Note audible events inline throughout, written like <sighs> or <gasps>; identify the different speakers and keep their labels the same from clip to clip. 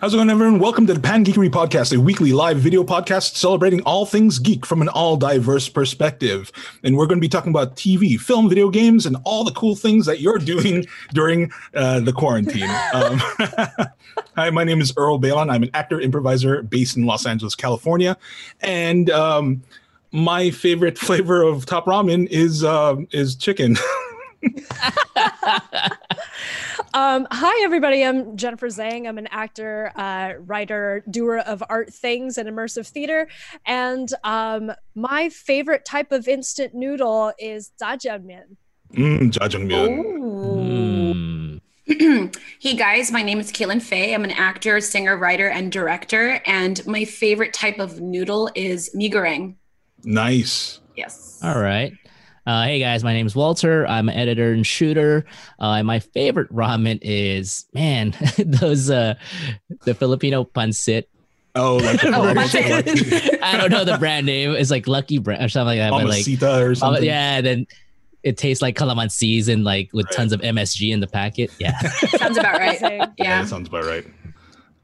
Speaker 1: How's it going, everyone? Welcome to the Pan Geekery Podcast, a weekly live video podcast celebrating all things geek from an all diverse perspective. And we're going to be talking about TV, film, video games, and all the cool things that you're <laughs> doing during uh, the quarantine. Um, <laughs> hi, my name is Earl Balon. I'm an actor improviser based in Los Angeles, California. And um, my favorite <laughs> flavor of top ramen is uh, is chicken. <laughs>
Speaker 2: um, hi, everybody. I'm Jennifer Zhang. I'm an actor, uh, writer, doer of art things and immersive theater. And um, my favorite type of instant noodle is jajangmyeon.
Speaker 1: Mm, jajangmyeon.
Speaker 3: Oh. Ooh. <clears throat>
Speaker 4: Mm.
Speaker 3: hey guys, my name is Caitlin Faye. I'm an actor, singer, writer, and director. And my favorite type of noodle is mee goreng.
Speaker 1: Nice.
Speaker 3: Yes.
Speaker 4: All right. Uh, hey guys, my name is Walter. I'm an editor and shooter. Uh, and my favorite ramen is man <laughs> those uh, the Filipino pancit.
Speaker 1: <laughs> Oh, like
Speaker 4: <laughs>
Speaker 1: a
Speaker 3: Oh,
Speaker 1: burger
Speaker 3: pancit.
Speaker 1: shop, like-
Speaker 4: I don't know the brand name. It's like Lucky Brand or something like that. But like,
Speaker 1: <laughs> Mamacita or
Speaker 4: oh,
Speaker 1: something.
Speaker 4: yeah, then it tastes like calamansi and like with
Speaker 1: Right.
Speaker 4: tons of MSG in the packet. Yeah.
Speaker 3: Sounds about
Speaker 4: <laughs>
Speaker 3: right.
Speaker 2: Amazing.
Speaker 1: Yeah,
Speaker 3: Yeah.
Speaker 1: that sounds about right.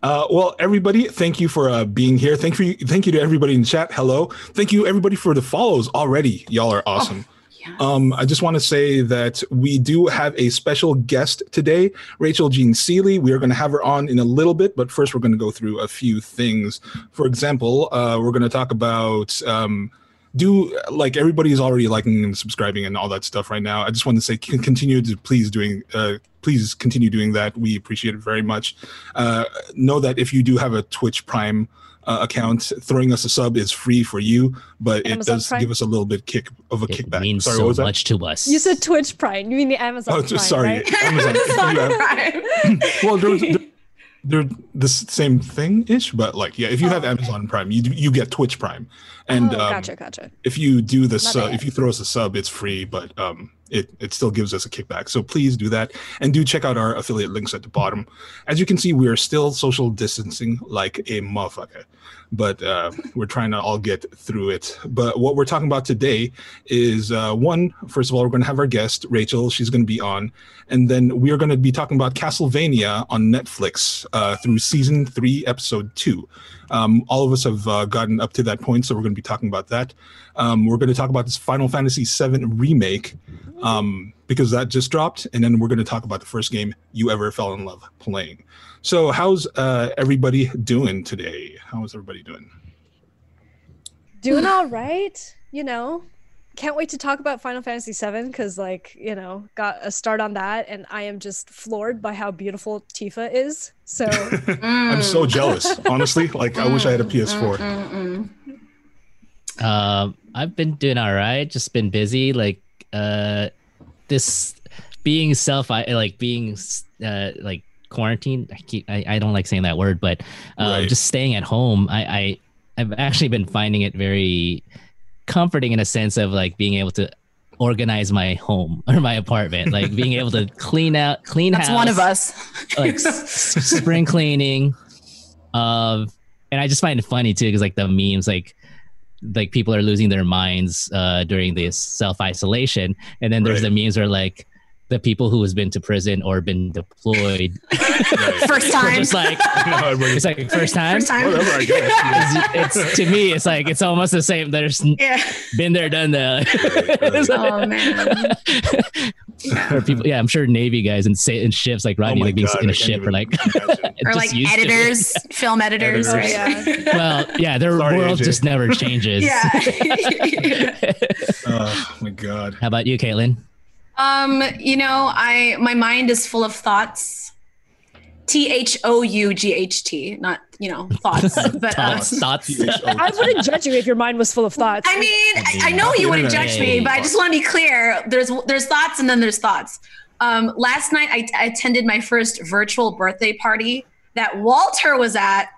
Speaker 1: Uh, well, everybody, thank you for uh, being here. Thank you, thank you to everybody in chat. Hello, thank you everybody for the follows already. Y'all are awesome.
Speaker 3: Oh, Yeah.
Speaker 1: Um, I just want to say that we do have a special guest today, Rachel Jean Seeley. We are going to have her on in a little bit, but first we're going to go through a few things. For example, uh, we're going to talk about um, do like everybody's already liking and subscribing and all that stuff right now. I just want to say c- continue to please doing uh, please continue doing that. We appreciate it very much. Uh, know that if you do have a Twitch Prime. Uh, account throwing us a sub is free for you, but it
Speaker 2: Amazon
Speaker 1: does
Speaker 2: Prime?
Speaker 1: give us a little bit <laughs> kick of a
Speaker 4: It
Speaker 1: kickback.
Speaker 4: means
Speaker 1: Sorry, what
Speaker 4: so
Speaker 1: was that?
Speaker 4: much to us.
Speaker 2: You said Twitch Prime. You mean the
Speaker 1: <laughs>
Speaker 2: Amazon
Speaker 1: Oh,
Speaker 2: Prime?
Speaker 1: just sorry.
Speaker 2: right?
Speaker 1: Amazon. If you have-
Speaker 3: <laughs>
Speaker 1: well, they're, they're, they're the s- same thing ish, but like, yeah, if you
Speaker 2: Oh,
Speaker 1: have
Speaker 2: okay.
Speaker 1: Amazon Prime, you do, you get Twitch Prime, and
Speaker 2: oh,
Speaker 1: um,
Speaker 2: gotcha, gotcha.
Speaker 1: if you do the sub,
Speaker 2: bad.
Speaker 1: if you throw us a sub, it's free, but um, it it still gives us a kickback. So please do that, and do check out our affiliate links at the bottom. As you can see, we are still social distancing like a motherfucker, but uh, we're trying to all get through it. But what we're talking about today is uh, one. First of all, we're going to have our guest Rachel. She's going to be on, and then we are going to be talking about Castlevania on Netflix uh, through season three, episode two. Um, all of us have uh, gotten up to that point, so we're going to be talking about that. Um, we're going to talk about this Final Fantasy VII remake um, because that just dropped, and then we're going to talk about the first game you ever fell in love playing. So, how's uh, everybody doing today? How is everybody doing?
Speaker 2: Doing all right, you know. Can't wait to talk about Final Fantasy VII because, like, you know, got a start on that, and I am just floored by how beautiful Tifa is.
Speaker 1: <laughs>
Speaker 2: So
Speaker 1: I'm so
Speaker 3: <laughs>
Speaker 1: jealous, honestly. Like, I wish I had a
Speaker 3: Mm,
Speaker 1: PS4.
Speaker 3: mm, mm,
Speaker 4: Um, I've been doing all right. Just been busy. Like, uh, this being self, I like being uh, like quarantined. I keep, I, I don't like saying that word, but um,
Speaker 1: Right.
Speaker 4: just staying at home. I, I, I've actually been finding it very comforting in a sense of like being able to organize my home <laughs> or my apartment, like being able to clean out, clean
Speaker 3: That's
Speaker 4: house
Speaker 3: one of us.
Speaker 4: like s- s- spring cleaning of and i just find it funny too because like the memes like like people are losing their minds uh during this self-isolation and then there's
Speaker 1: Right.
Speaker 4: the memes where like the people who has been to prison or been deployed
Speaker 3: <laughs>
Speaker 4: <laughs>
Speaker 3: First
Speaker 4: are
Speaker 3: time.
Speaker 4: just like
Speaker 1: <laughs>
Speaker 3: mm.
Speaker 1: No, <laughs> everybody-
Speaker 4: it's like first time,
Speaker 3: First time.
Speaker 1: Whatever, I guess. Yeah.
Speaker 4: It's, it's- to me it's like it's almost the same there's n-
Speaker 3: <laughs> yeah.
Speaker 4: been there done that <laughs> It's like-
Speaker 3: Oh man.
Speaker 4: or people yeah i'm sure navy guys and in ships like
Speaker 1: Oh
Speaker 4: riding
Speaker 1: my
Speaker 4: like being
Speaker 1: God,
Speaker 4: in
Speaker 1: I
Speaker 4: a
Speaker 1: can't
Speaker 4: ship or
Speaker 1: even
Speaker 4: like <laughs>
Speaker 1: imagine.
Speaker 3: Or
Speaker 4: just
Speaker 3: like
Speaker 4: used to it.
Speaker 3: editors, film editors,
Speaker 1: Editors.
Speaker 3: right?
Speaker 4: well yeah their
Speaker 1: Sorry,
Speaker 4: world
Speaker 1: AJ.
Speaker 4: just
Speaker 3: <laughs>
Speaker 4: never changes <laughs>
Speaker 3: yeah.
Speaker 1: Oh my god.
Speaker 4: How about you, Caitlin?
Speaker 3: Um, you know, I my mind is full of thoughts. T H O U G H T, not you know
Speaker 4: <laughs>
Speaker 3: thoughts, but um,
Speaker 4: Thoughts, thoughts.
Speaker 2: I
Speaker 1: <laughs>
Speaker 2: wouldn't judge you if your mind was full of thoughts.
Speaker 3: I mean, I, I know you wouldn't judge me, but I just want to be clear. There's there's thoughts and then there's thoughts. Um, last night I, I attended my first virtual birthday party that Walter was at.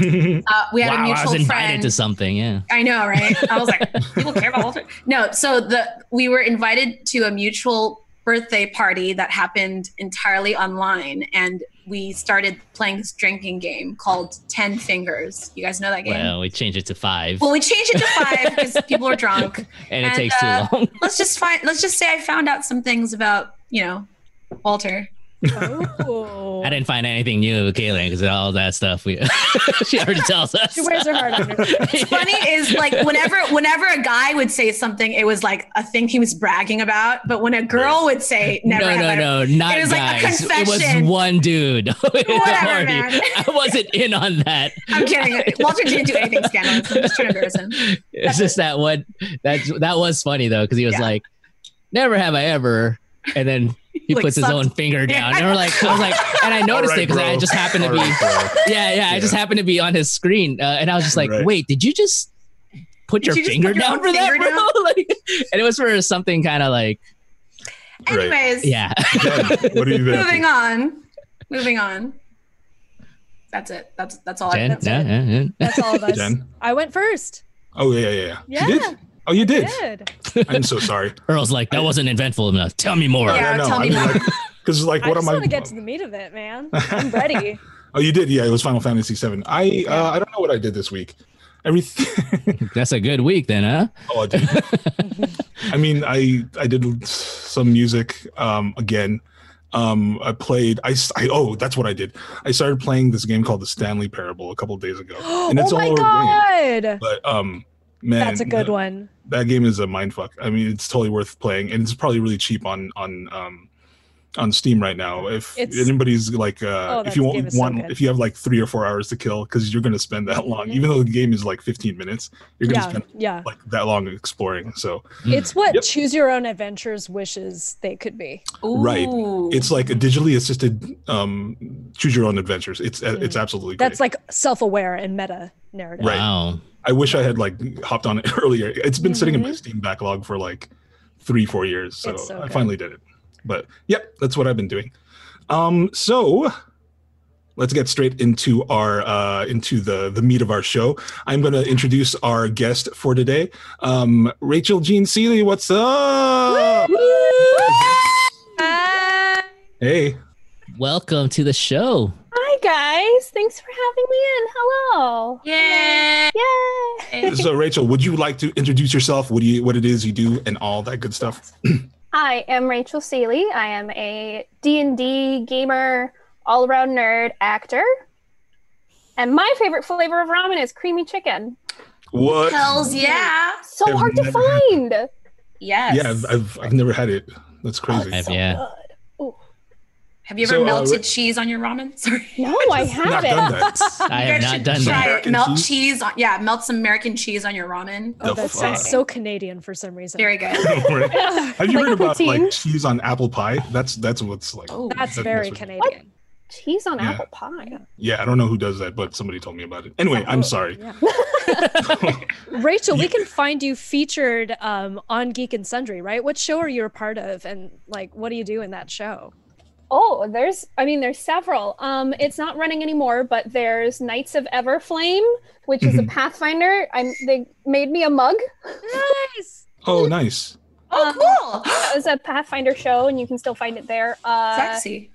Speaker 3: Uh, we had
Speaker 4: wow,
Speaker 3: a
Speaker 4: I was
Speaker 3: mutual
Speaker 4: invited
Speaker 3: friend.
Speaker 4: to something. Yeah.
Speaker 3: I know, right? I was like, <laughs> people care about Walter. No, so the we were invited to a mutual birthday party that happened entirely online, and we started playing this drinking game called Ten Fingers. You guys know that game? Well,
Speaker 4: Well, we changed it to five,
Speaker 3: we changed it to five
Speaker 4: <laughs>
Speaker 3: because people are drunk.
Speaker 4: and it
Speaker 3: and,
Speaker 4: takes
Speaker 3: uh,
Speaker 4: too long. <laughs>
Speaker 3: Let's just find. Let's just say I found out some things about you know Walter.
Speaker 2: Oh.
Speaker 4: I didn't find anything new with Kaylin because all that stuff we <laughs> she already tells us.
Speaker 2: She
Speaker 4: <laughs>
Speaker 2: wears her heart on her
Speaker 4: Yeah.
Speaker 3: Funny is like whenever whenever a guy would say something, it was like a thing he was bragging about. But when a girl would say, "Never
Speaker 4: no,
Speaker 3: have
Speaker 4: no,
Speaker 3: I,"
Speaker 4: no, not
Speaker 3: It was like a
Speaker 4: guys. it was
Speaker 3: confession.
Speaker 4: one dude. <laughs> in the
Speaker 3: Whatever,
Speaker 4: party.
Speaker 3: man.
Speaker 4: I wasn't in
Speaker 3: <laughs>
Speaker 4: on that.
Speaker 3: I'm kidding. Walter didn't do anything scandalous. I'm just trying to embarrass him.
Speaker 4: It's just that one. That that was funny though because he was
Speaker 3: Yeah.
Speaker 4: like, "Never have I ever," and then he
Speaker 3: Like,
Speaker 4: puts his
Speaker 3: sucked.
Speaker 4: own finger down.
Speaker 3: Yeah.
Speaker 4: And we're like, I was like,
Speaker 3: <laughs>
Speaker 4: and I noticed
Speaker 1: right,
Speaker 4: it because I
Speaker 1: bro.
Speaker 4: just happened to
Speaker 1: All
Speaker 4: be.
Speaker 1: right, bro.
Speaker 4: yeah, yeah, I just happened to be on his screen, uh, and I was just like,
Speaker 1: Right.
Speaker 4: "Wait, did you just put
Speaker 3: Did
Speaker 4: your
Speaker 3: you just
Speaker 4: finger
Speaker 3: put your
Speaker 4: down
Speaker 3: own
Speaker 4: for that,
Speaker 3: finger
Speaker 4: bro?" <laughs> like, and it was for something kind of like,
Speaker 1: Right.
Speaker 3: Anyways,
Speaker 4: yeah,
Speaker 1: Jen, what are you there?
Speaker 3: moving on. Moving on. That's it. That's that's all I
Speaker 4: Jen,
Speaker 3: that's
Speaker 4: yeah,
Speaker 3: it.
Speaker 4: yeah, yeah.
Speaker 2: That's all of us.
Speaker 1: Jen?
Speaker 2: I went first.
Speaker 1: Oh yeah, yeah, yeah.
Speaker 2: Yeah.
Speaker 1: You did? Oh, you did.
Speaker 2: Good.
Speaker 1: I'm so sorry.
Speaker 4: Earl's like, "That wasn't inventful enough. Tell me more."
Speaker 3: Yeah,
Speaker 1: no,
Speaker 3: tell
Speaker 1: I
Speaker 3: me
Speaker 1: mean,
Speaker 3: more.
Speaker 1: like, because like,
Speaker 2: <laughs> I
Speaker 1: what
Speaker 2: just
Speaker 1: am I?
Speaker 2: want to get to the meat of
Speaker 1: <laughs>
Speaker 2: it, man. I'm ready.
Speaker 1: oh, you did. Yeah, it was Final Fantasy VII. I uh, I don't know what I did this week. <laughs> Everything.
Speaker 4: <laughs> That's a good week then, huh?
Speaker 1: Oh,
Speaker 2: <laughs>
Speaker 1: dude. I mean, I I did some music um, again. Um, I played. I, s- I- oh, that's what I did. I started playing this game called The Stanley Parable a couple days
Speaker 2: <gasps>
Speaker 1: ago, and it's
Speaker 2: oh my
Speaker 1: all over game.
Speaker 2: god.
Speaker 1: But um, man,
Speaker 2: That's a good one.
Speaker 1: That game is a mindfuck. I mean, it's totally worth playing, and it's probably really cheap on on um on Steam right now. If
Speaker 2: It's-
Speaker 1: anybody's like, uh,
Speaker 2: Oh,
Speaker 1: if
Speaker 2: that
Speaker 1: you
Speaker 2: game
Speaker 1: want,
Speaker 2: is so
Speaker 1: want
Speaker 2: good.
Speaker 1: if you have like three or four hours to kill, because you're gonna spend that long, even though the game is like 15 minutes, you're gonna
Speaker 2: Yeah,
Speaker 1: spend
Speaker 2: yeah.
Speaker 1: like that long exploring. So
Speaker 2: It's what
Speaker 1: Mm. Yep.
Speaker 2: choose your own adventures wishes they could be.
Speaker 1: Right.
Speaker 3: Ooh.
Speaker 1: it's like a digitally assisted um, choose your own adventures. It's it's absolutely great.
Speaker 2: Mm. That's like self-aware and meta narrative.
Speaker 1: Right.
Speaker 4: Wow.
Speaker 1: I wish I had like hopped on it <laughs> earlier. It's been sitting in my Steam backlog for like three four years, so,
Speaker 2: Mm-hmm. It's so
Speaker 1: I
Speaker 2: good.
Speaker 1: finally did it. But yep, that's what I've been doing. Um, so let's get straight into our uh, into the the meat of our show. I'm going to introduce our guest for today, um, Rachel Jean Seeley. What's up?
Speaker 5: Hi.
Speaker 1: Hey.
Speaker 4: Welcome to the show.
Speaker 5: Hi guys, thanks for having me in. Hello.
Speaker 3: Yay.
Speaker 5: Yay.
Speaker 1: so Rachel, would you like to introduce yourself? What do you what it is you do and all that good stuff?
Speaker 5: I am Rachel Seeley. I am a D&D gamer, all-around nerd, actor. And my favorite flavor of ramen is creamy chicken.
Speaker 1: What?
Speaker 3: Hells yeah.
Speaker 5: So
Speaker 1: I've
Speaker 5: hard to
Speaker 1: never had
Speaker 5: find.
Speaker 3: Yes.
Speaker 1: Yeah, I've, I've I've never had it. That's crazy.
Speaker 4: I've- yeah.
Speaker 3: Have you ever
Speaker 1: So, uh,
Speaker 3: melted
Speaker 1: Ra-
Speaker 3: cheese on your ramen? <laughs> Sorry.
Speaker 5: No, I
Speaker 1: Not
Speaker 5: haven't.
Speaker 1: done that.
Speaker 5: <laughs>
Speaker 4: I
Speaker 3: You guys
Speaker 4: have not
Speaker 3: should
Speaker 4: done
Speaker 3: try
Speaker 4: that.
Speaker 1: that.
Speaker 3: it.
Speaker 1: American
Speaker 3: melt
Speaker 1: cheese?
Speaker 3: cheese? on, yeah, melt some American cheese on your ramen.
Speaker 2: Oh,
Speaker 1: The
Speaker 2: that
Speaker 1: fuck?
Speaker 2: sounds so Canadian for some reason.
Speaker 3: Very good.
Speaker 1: <laughs> Don't worry. <laughs> Have you
Speaker 5: Like
Speaker 1: heard about like
Speaker 5: poutine?
Speaker 1: cheese on apple pie? That's that's what's like.
Speaker 3: Oh,
Speaker 2: That's
Speaker 1: That-
Speaker 2: very
Speaker 1: that's
Speaker 2: Canadian.
Speaker 5: Cheese on
Speaker 1: Yeah.
Speaker 5: apple pie.
Speaker 1: Yeah, I don't know who does that, but somebody told me about it. Anyway,
Speaker 5: Oh,
Speaker 1: I'm sorry.
Speaker 2: Yeah. Rachel, we can find you featured um, on Geek and Sundry, right? What show are you a part of, and like, what do you do in that show?
Speaker 5: Oh, there's I mean there's several. Um it's not running anymore, but there's Knights of Everflame, which is a
Speaker 1: Mm-hmm.
Speaker 5: Pathfinder. I'm they made me a mug.
Speaker 2: Nice.
Speaker 1: <laughs> Oh, nice.
Speaker 3: oh cool.
Speaker 5: That was a Pathfinder show and you can still find it there. um,
Speaker 3: <gasps>
Speaker 5: Uh <laughs>
Speaker 3: Sexy.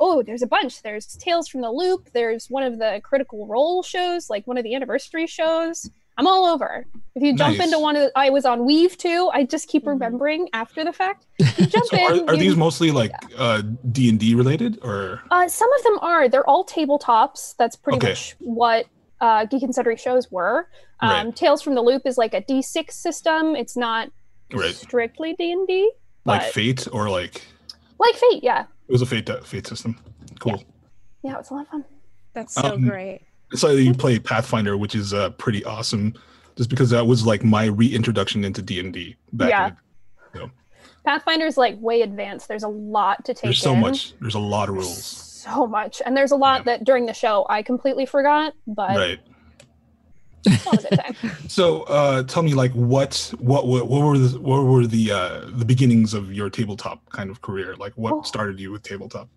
Speaker 5: oh, there's a bunch. There's Tales from the Loop, there's one of the Critical Role shows, like one of the anniversary shows. I'm all over. If you jump
Speaker 1: Nice.
Speaker 5: into one of the, I was on Weave too. I just keep
Speaker 2: Mhm.
Speaker 5: remembering after the fact.
Speaker 1: <laughs>
Speaker 5: You jump
Speaker 1: So
Speaker 5: in.
Speaker 1: are, are
Speaker 5: you-
Speaker 1: these mostly like uh D and D related or?
Speaker 5: Uh, some of them are. They're all tabletops. That's pretty
Speaker 1: Okay.
Speaker 5: much what uh, Geek and Sundry shows were. Um, Tales from the Loop is like a D6 system. It's not
Speaker 1: Right,
Speaker 5: strictly D and D,
Speaker 1: like
Speaker 5: but
Speaker 1: fate or like
Speaker 5: like Fate. Yeah,
Speaker 1: it was a fate uh, fate system. Cool.
Speaker 5: yeah, it was a lot of fun.
Speaker 2: That's so
Speaker 1: Um,
Speaker 2: great.
Speaker 1: So you play Pathfinder, which is uh, pretty awesome, just because that was like my reintroduction into D and D. back
Speaker 5: Yeah.
Speaker 1: in-
Speaker 5: Pathfinder's like way advanced. There's a lot to take.
Speaker 1: There's so
Speaker 5: in.
Speaker 1: much. There's a lot of rules.
Speaker 5: So much, and there's a lot that during the show I completely forgot, but
Speaker 1: Right.
Speaker 5: that was
Speaker 1: <laughs>
Speaker 5: a time.
Speaker 1: So uh, tell me, like, what what what, what were the, what were the uh, the beginnings of your tabletop kind of career? Like, what
Speaker 5: Oh.
Speaker 1: started you with tabletop?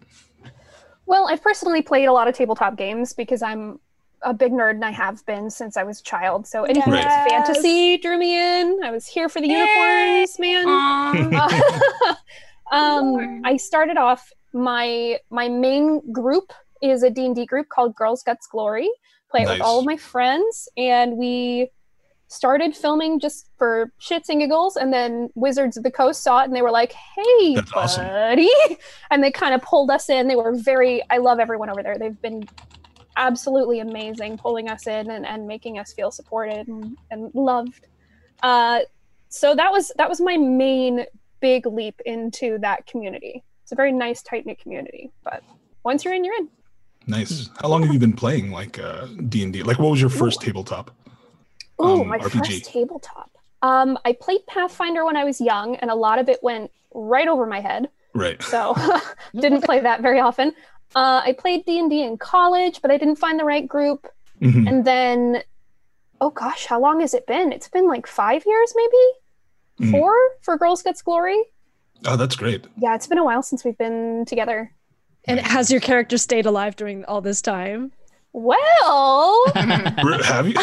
Speaker 5: Well, I've personally played a lot of tabletop games because I'm a big nerd and I have been since I was a child. So anything
Speaker 1: Right.
Speaker 5: that's fantasy drew me in. I was here for the unicorns, man.
Speaker 3: Aw.
Speaker 5: Uh, <laughs> um,
Speaker 3: Unicorn.
Speaker 5: I started off my my main group is a D&D group called Girls Guts Glory. Play it with
Speaker 1: Nice.
Speaker 5: all of my friends and we started filming just for shits and giggles, and then Wizards of the Coast saw it and they were like, "Hey,
Speaker 1: That's awesome.
Speaker 5: buddy!" <laughs> And they kind of pulled us in. They were very. I love everyone over there. They've been absolutely amazing, pulling us in and, and making us feel supported and, and loved. Uh, so that was that was my main big leap into that community. It's a very nice, tight knit community, but once you're in, you're in. Hmm.
Speaker 1: Nice. How long have you been playing like uh D and D? Like, what was your first tabletop?
Speaker 5: Oh,
Speaker 1: um,
Speaker 5: my
Speaker 1: RPG.
Speaker 5: first tabletop. Um, I played Pathfinder when I was young, and a lot of it went right over my head,
Speaker 1: Right.
Speaker 5: so <laughs> didn't play that very often. Uh, I played D and D in college, but I didn't find the right group.
Speaker 1: Mhm.
Speaker 5: And then, oh gosh, how long has it been? It's been like five years, maybe
Speaker 1: Mhm.
Speaker 5: four for Girls Gets Glory.
Speaker 1: Oh, that's
Speaker 5: <laughs>
Speaker 1: great.
Speaker 5: Yeah, it's been a while since we've been together.
Speaker 2: And has your character stayed alive during all this time?
Speaker 5: Well,
Speaker 1: Re- have
Speaker 5: <laughs>
Speaker 1: you?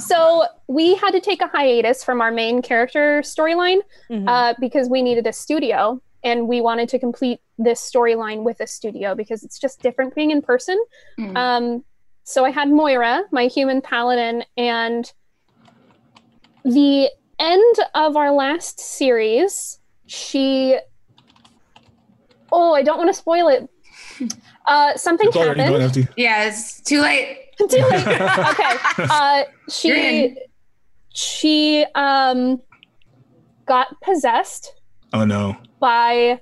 Speaker 5: so we had to take a hiatus from our main character storyline
Speaker 2: Mhm.
Speaker 5: uh, because we needed a studio and we wanted to complete this storyline with a studio because it's just different being in person.
Speaker 3: Mm.
Speaker 5: Um, so I had Moira, my human paladin, and the end of our last series, she. Oh, I don't want to spoil it. Uh, something
Speaker 1: It's already going
Speaker 5: happened.
Speaker 1: empty.
Speaker 3: yeah, it's too late.
Speaker 5: <laughs> Too late. okay. Uh,
Speaker 3: You're
Speaker 5: she
Speaker 3: in.
Speaker 5: she um got possessed
Speaker 1: Oh no.
Speaker 5: by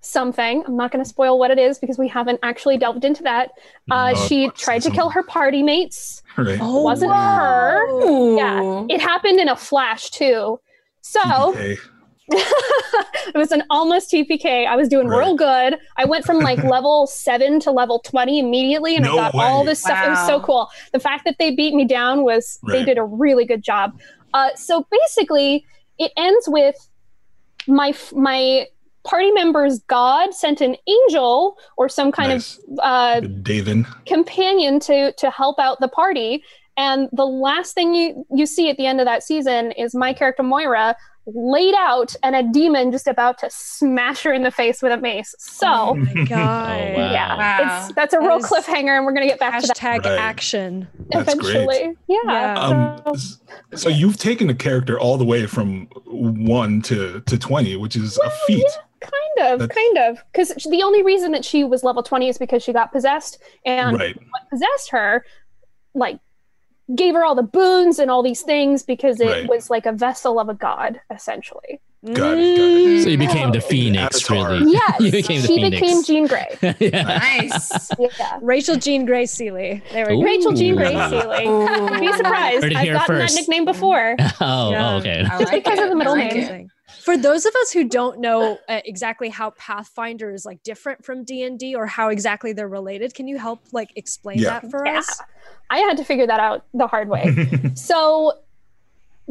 Speaker 5: something. I'm not going to spoil what it is because we haven't actually delved into that. Uh,
Speaker 1: Oh,
Speaker 5: she
Speaker 1: that's
Speaker 5: tried to
Speaker 1: awesome.
Speaker 5: kill her party mates.
Speaker 1: Right.
Speaker 2: oh,
Speaker 5: wasn't her. Yeah.
Speaker 3: Ooh.
Speaker 5: It happened in a flash too.
Speaker 1: <laughs>
Speaker 5: So
Speaker 1: TPK.
Speaker 5: it was an almost TPK. I was doing
Speaker 1: Right.
Speaker 5: real good. I went from
Speaker 1: <laughs>
Speaker 5: like level seven to level 20 immediately and I
Speaker 1: No
Speaker 5: got
Speaker 1: way.
Speaker 5: all this stuff. It was so
Speaker 3: Wow.
Speaker 5: cool. The fact that they beat me down was, they
Speaker 1: Right.
Speaker 5: did a really good job. Uh, so basically, it ends with my, my, Party members, God sent an angel or some kind
Speaker 1: nice.
Speaker 5: of uh,
Speaker 1: Davin.
Speaker 5: companion to to help out the party and the last thing you you see at the end of that season is my character moira laid out and a demon just about to smash her in the face with a mace
Speaker 2: Oh
Speaker 5: so
Speaker 2: my
Speaker 1: <laughs>
Speaker 4: Oh,
Speaker 2: god.
Speaker 4: wow.
Speaker 5: yeah
Speaker 3: Wow.
Speaker 5: it's that's a
Speaker 2: That
Speaker 5: real
Speaker 2: is-
Speaker 5: cliffhanger and we're gonna get back to that
Speaker 2: Hashtag
Speaker 1: Right.
Speaker 2: action.
Speaker 1: That's great.
Speaker 5: eventually yeah,
Speaker 2: Yeah.
Speaker 1: Um,
Speaker 5: so-
Speaker 1: s- so you've taken a character all the way from one to to twenty, which is a feat.
Speaker 5: kind of
Speaker 1: that's-
Speaker 5: kind of because the only reason that she was level 20 is because she got possessed and
Speaker 1: Right.
Speaker 5: possessed her, like gave her all the boons and all these things because it
Speaker 1: Right.
Speaker 5: was like a vessel of a god, essentially.
Speaker 1: Got it, got it.
Speaker 2: Mm.
Speaker 4: So you
Speaker 3: <laughs>
Speaker 4: became the phoenix,
Speaker 1: Avatar.
Speaker 4: really. <laughs>
Speaker 5: Yes,
Speaker 4: you became the
Speaker 5: she
Speaker 4: phoenix.
Speaker 5: became Jean Grey.
Speaker 4: <laughs> yeah.
Speaker 3: Nice.
Speaker 5: Yeah.
Speaker 2: Rachel Jean Grey Seeley. There we
Speaker 4: Ooh.
Speaker 2: go.
Speaker 5: Rachel
Speaker 4: <laughs>
Speaker 5: Jean Grey
Speaker 1: Ooh.
Speaker 5: Seeley.
Speaker 3: Ooh.
Speaker 5: You'd <laughs> be surprised.
Speaker 4: Heard it
Speaker 5: I've
Speaker 4: here
Speaker 5: gotten
Speaker 4: first.
Speaker 5: that nickname before.
Speaker 4: Oh,
Speaker 2: Yeah.
Speaker 4: oh, okay.
Speaker 3: I
Speaker 5: Just
Speaker 3: like
Speaker 5: because
Speaker 3: it.
Speaker 5: of the middle
Speaker 3: I like
Speaker 5: name.
Speaker 3: it.
Speaker 2: Amazing. For those of us who don't know uh, exactly how Pathfinder is like different from D and D or how exactly they're related, can you help like explain
Speaker 1: Yeah.
Speaker 2: that for
Speaker 5: Yeah.
Speaker 2: us?
Speaker 5: I had to figure that out the hard way.
Speaker 1: <laughs>
Speaker 5: so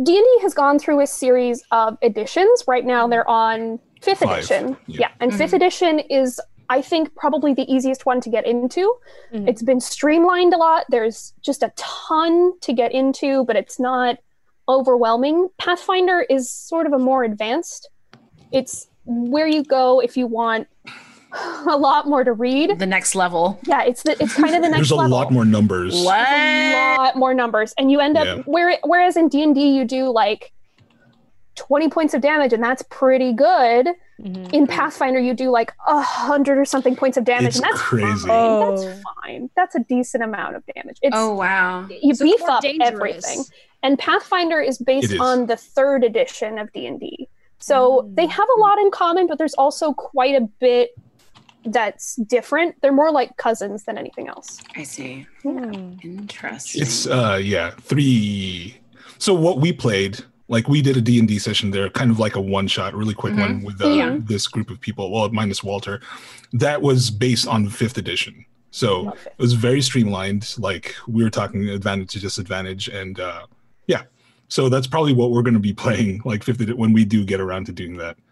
Speaker 5: d&d has gone through a series of editions right now they're on fifth
Speaker 1: Five.
Speaker 5: edition
Speaker 1: Yeah.
Speaker 5: yeah, and fifth
Speaker 3: Mm-hmm.
Speaker 5: edition is i think probably the easiest one to get into
Speaker 3: Mm-hmm.
Speaker 2: Mhm.
Speaker 5: it's been streamlined a lot there's just a ton to get into but it's not overwhelming pathfinder is sort of a more advanced it's where you go if you want <sighs> a lot more to read
Speaker 3: The next level.
Speaker 5: yeah it's the, it's kind of
Speaker 1: <laughs>
Speaker 5: the next
Speaker 1: There's a
Speaker 5: level
Speaker 1: lot more numbers.
Speaker 2: Eh.
Speaker 3: What?
Speaker 5: a lot more numbers and you end
Speaker 1: Yeah.
Speaker 5: up where whereas in D&D you do like 20 points of damage and that's pretty good
Speaker 2: Mhm.
Speaker 5: in Pathfinder you do like a 100 or something points of damage
Speaker 1: Mm-hmm. It's
Speaker 5: and that's
Speaker 1: crazy.
Speaker 5: fine.
Speaker 2: Oh.
Speaker 5: that's fine that's a decent amount of damage it's
Speaker 3: Oh wow.
Speaker 5: you
Speaker 2: So
Speaker 5: beef
Speaker 2: more
Speaker 5: up
Speaker 2: dangerous.
Speaker 5: everything and Pathfinder is based
Speaker 1: It is.
Speaker 5: on the 3rd edition of D&D so
Speaker 2: Mm.
Speaker 5: they have a lot in common but there's also quite a bit that's different they're more like cousins than anything else
Speaker 3: I see.
Speaker 2: Hmm.
Speaker 3: Interesting.
Speaker 1: It's uh yeah, three so what we played like we did a D&D session there kind of like a one shot really quick
Speaker 3: Mhm.
Speaker 1: one with uh,
Speaker 5: Mm-hmm. Yeah.
Speaker 1: this group of people well minus Walter that was based on 5th edition so
Speaker 5: Love it.
Speaker 1: it was very streamlined like we were talking advantage to disadvantage and uh yeah so that's probably what we're going to be <laughs> playing like 5th edi- when we do get around to doing
Speaker 5: <laughs>
Speaker 1: that <laughs>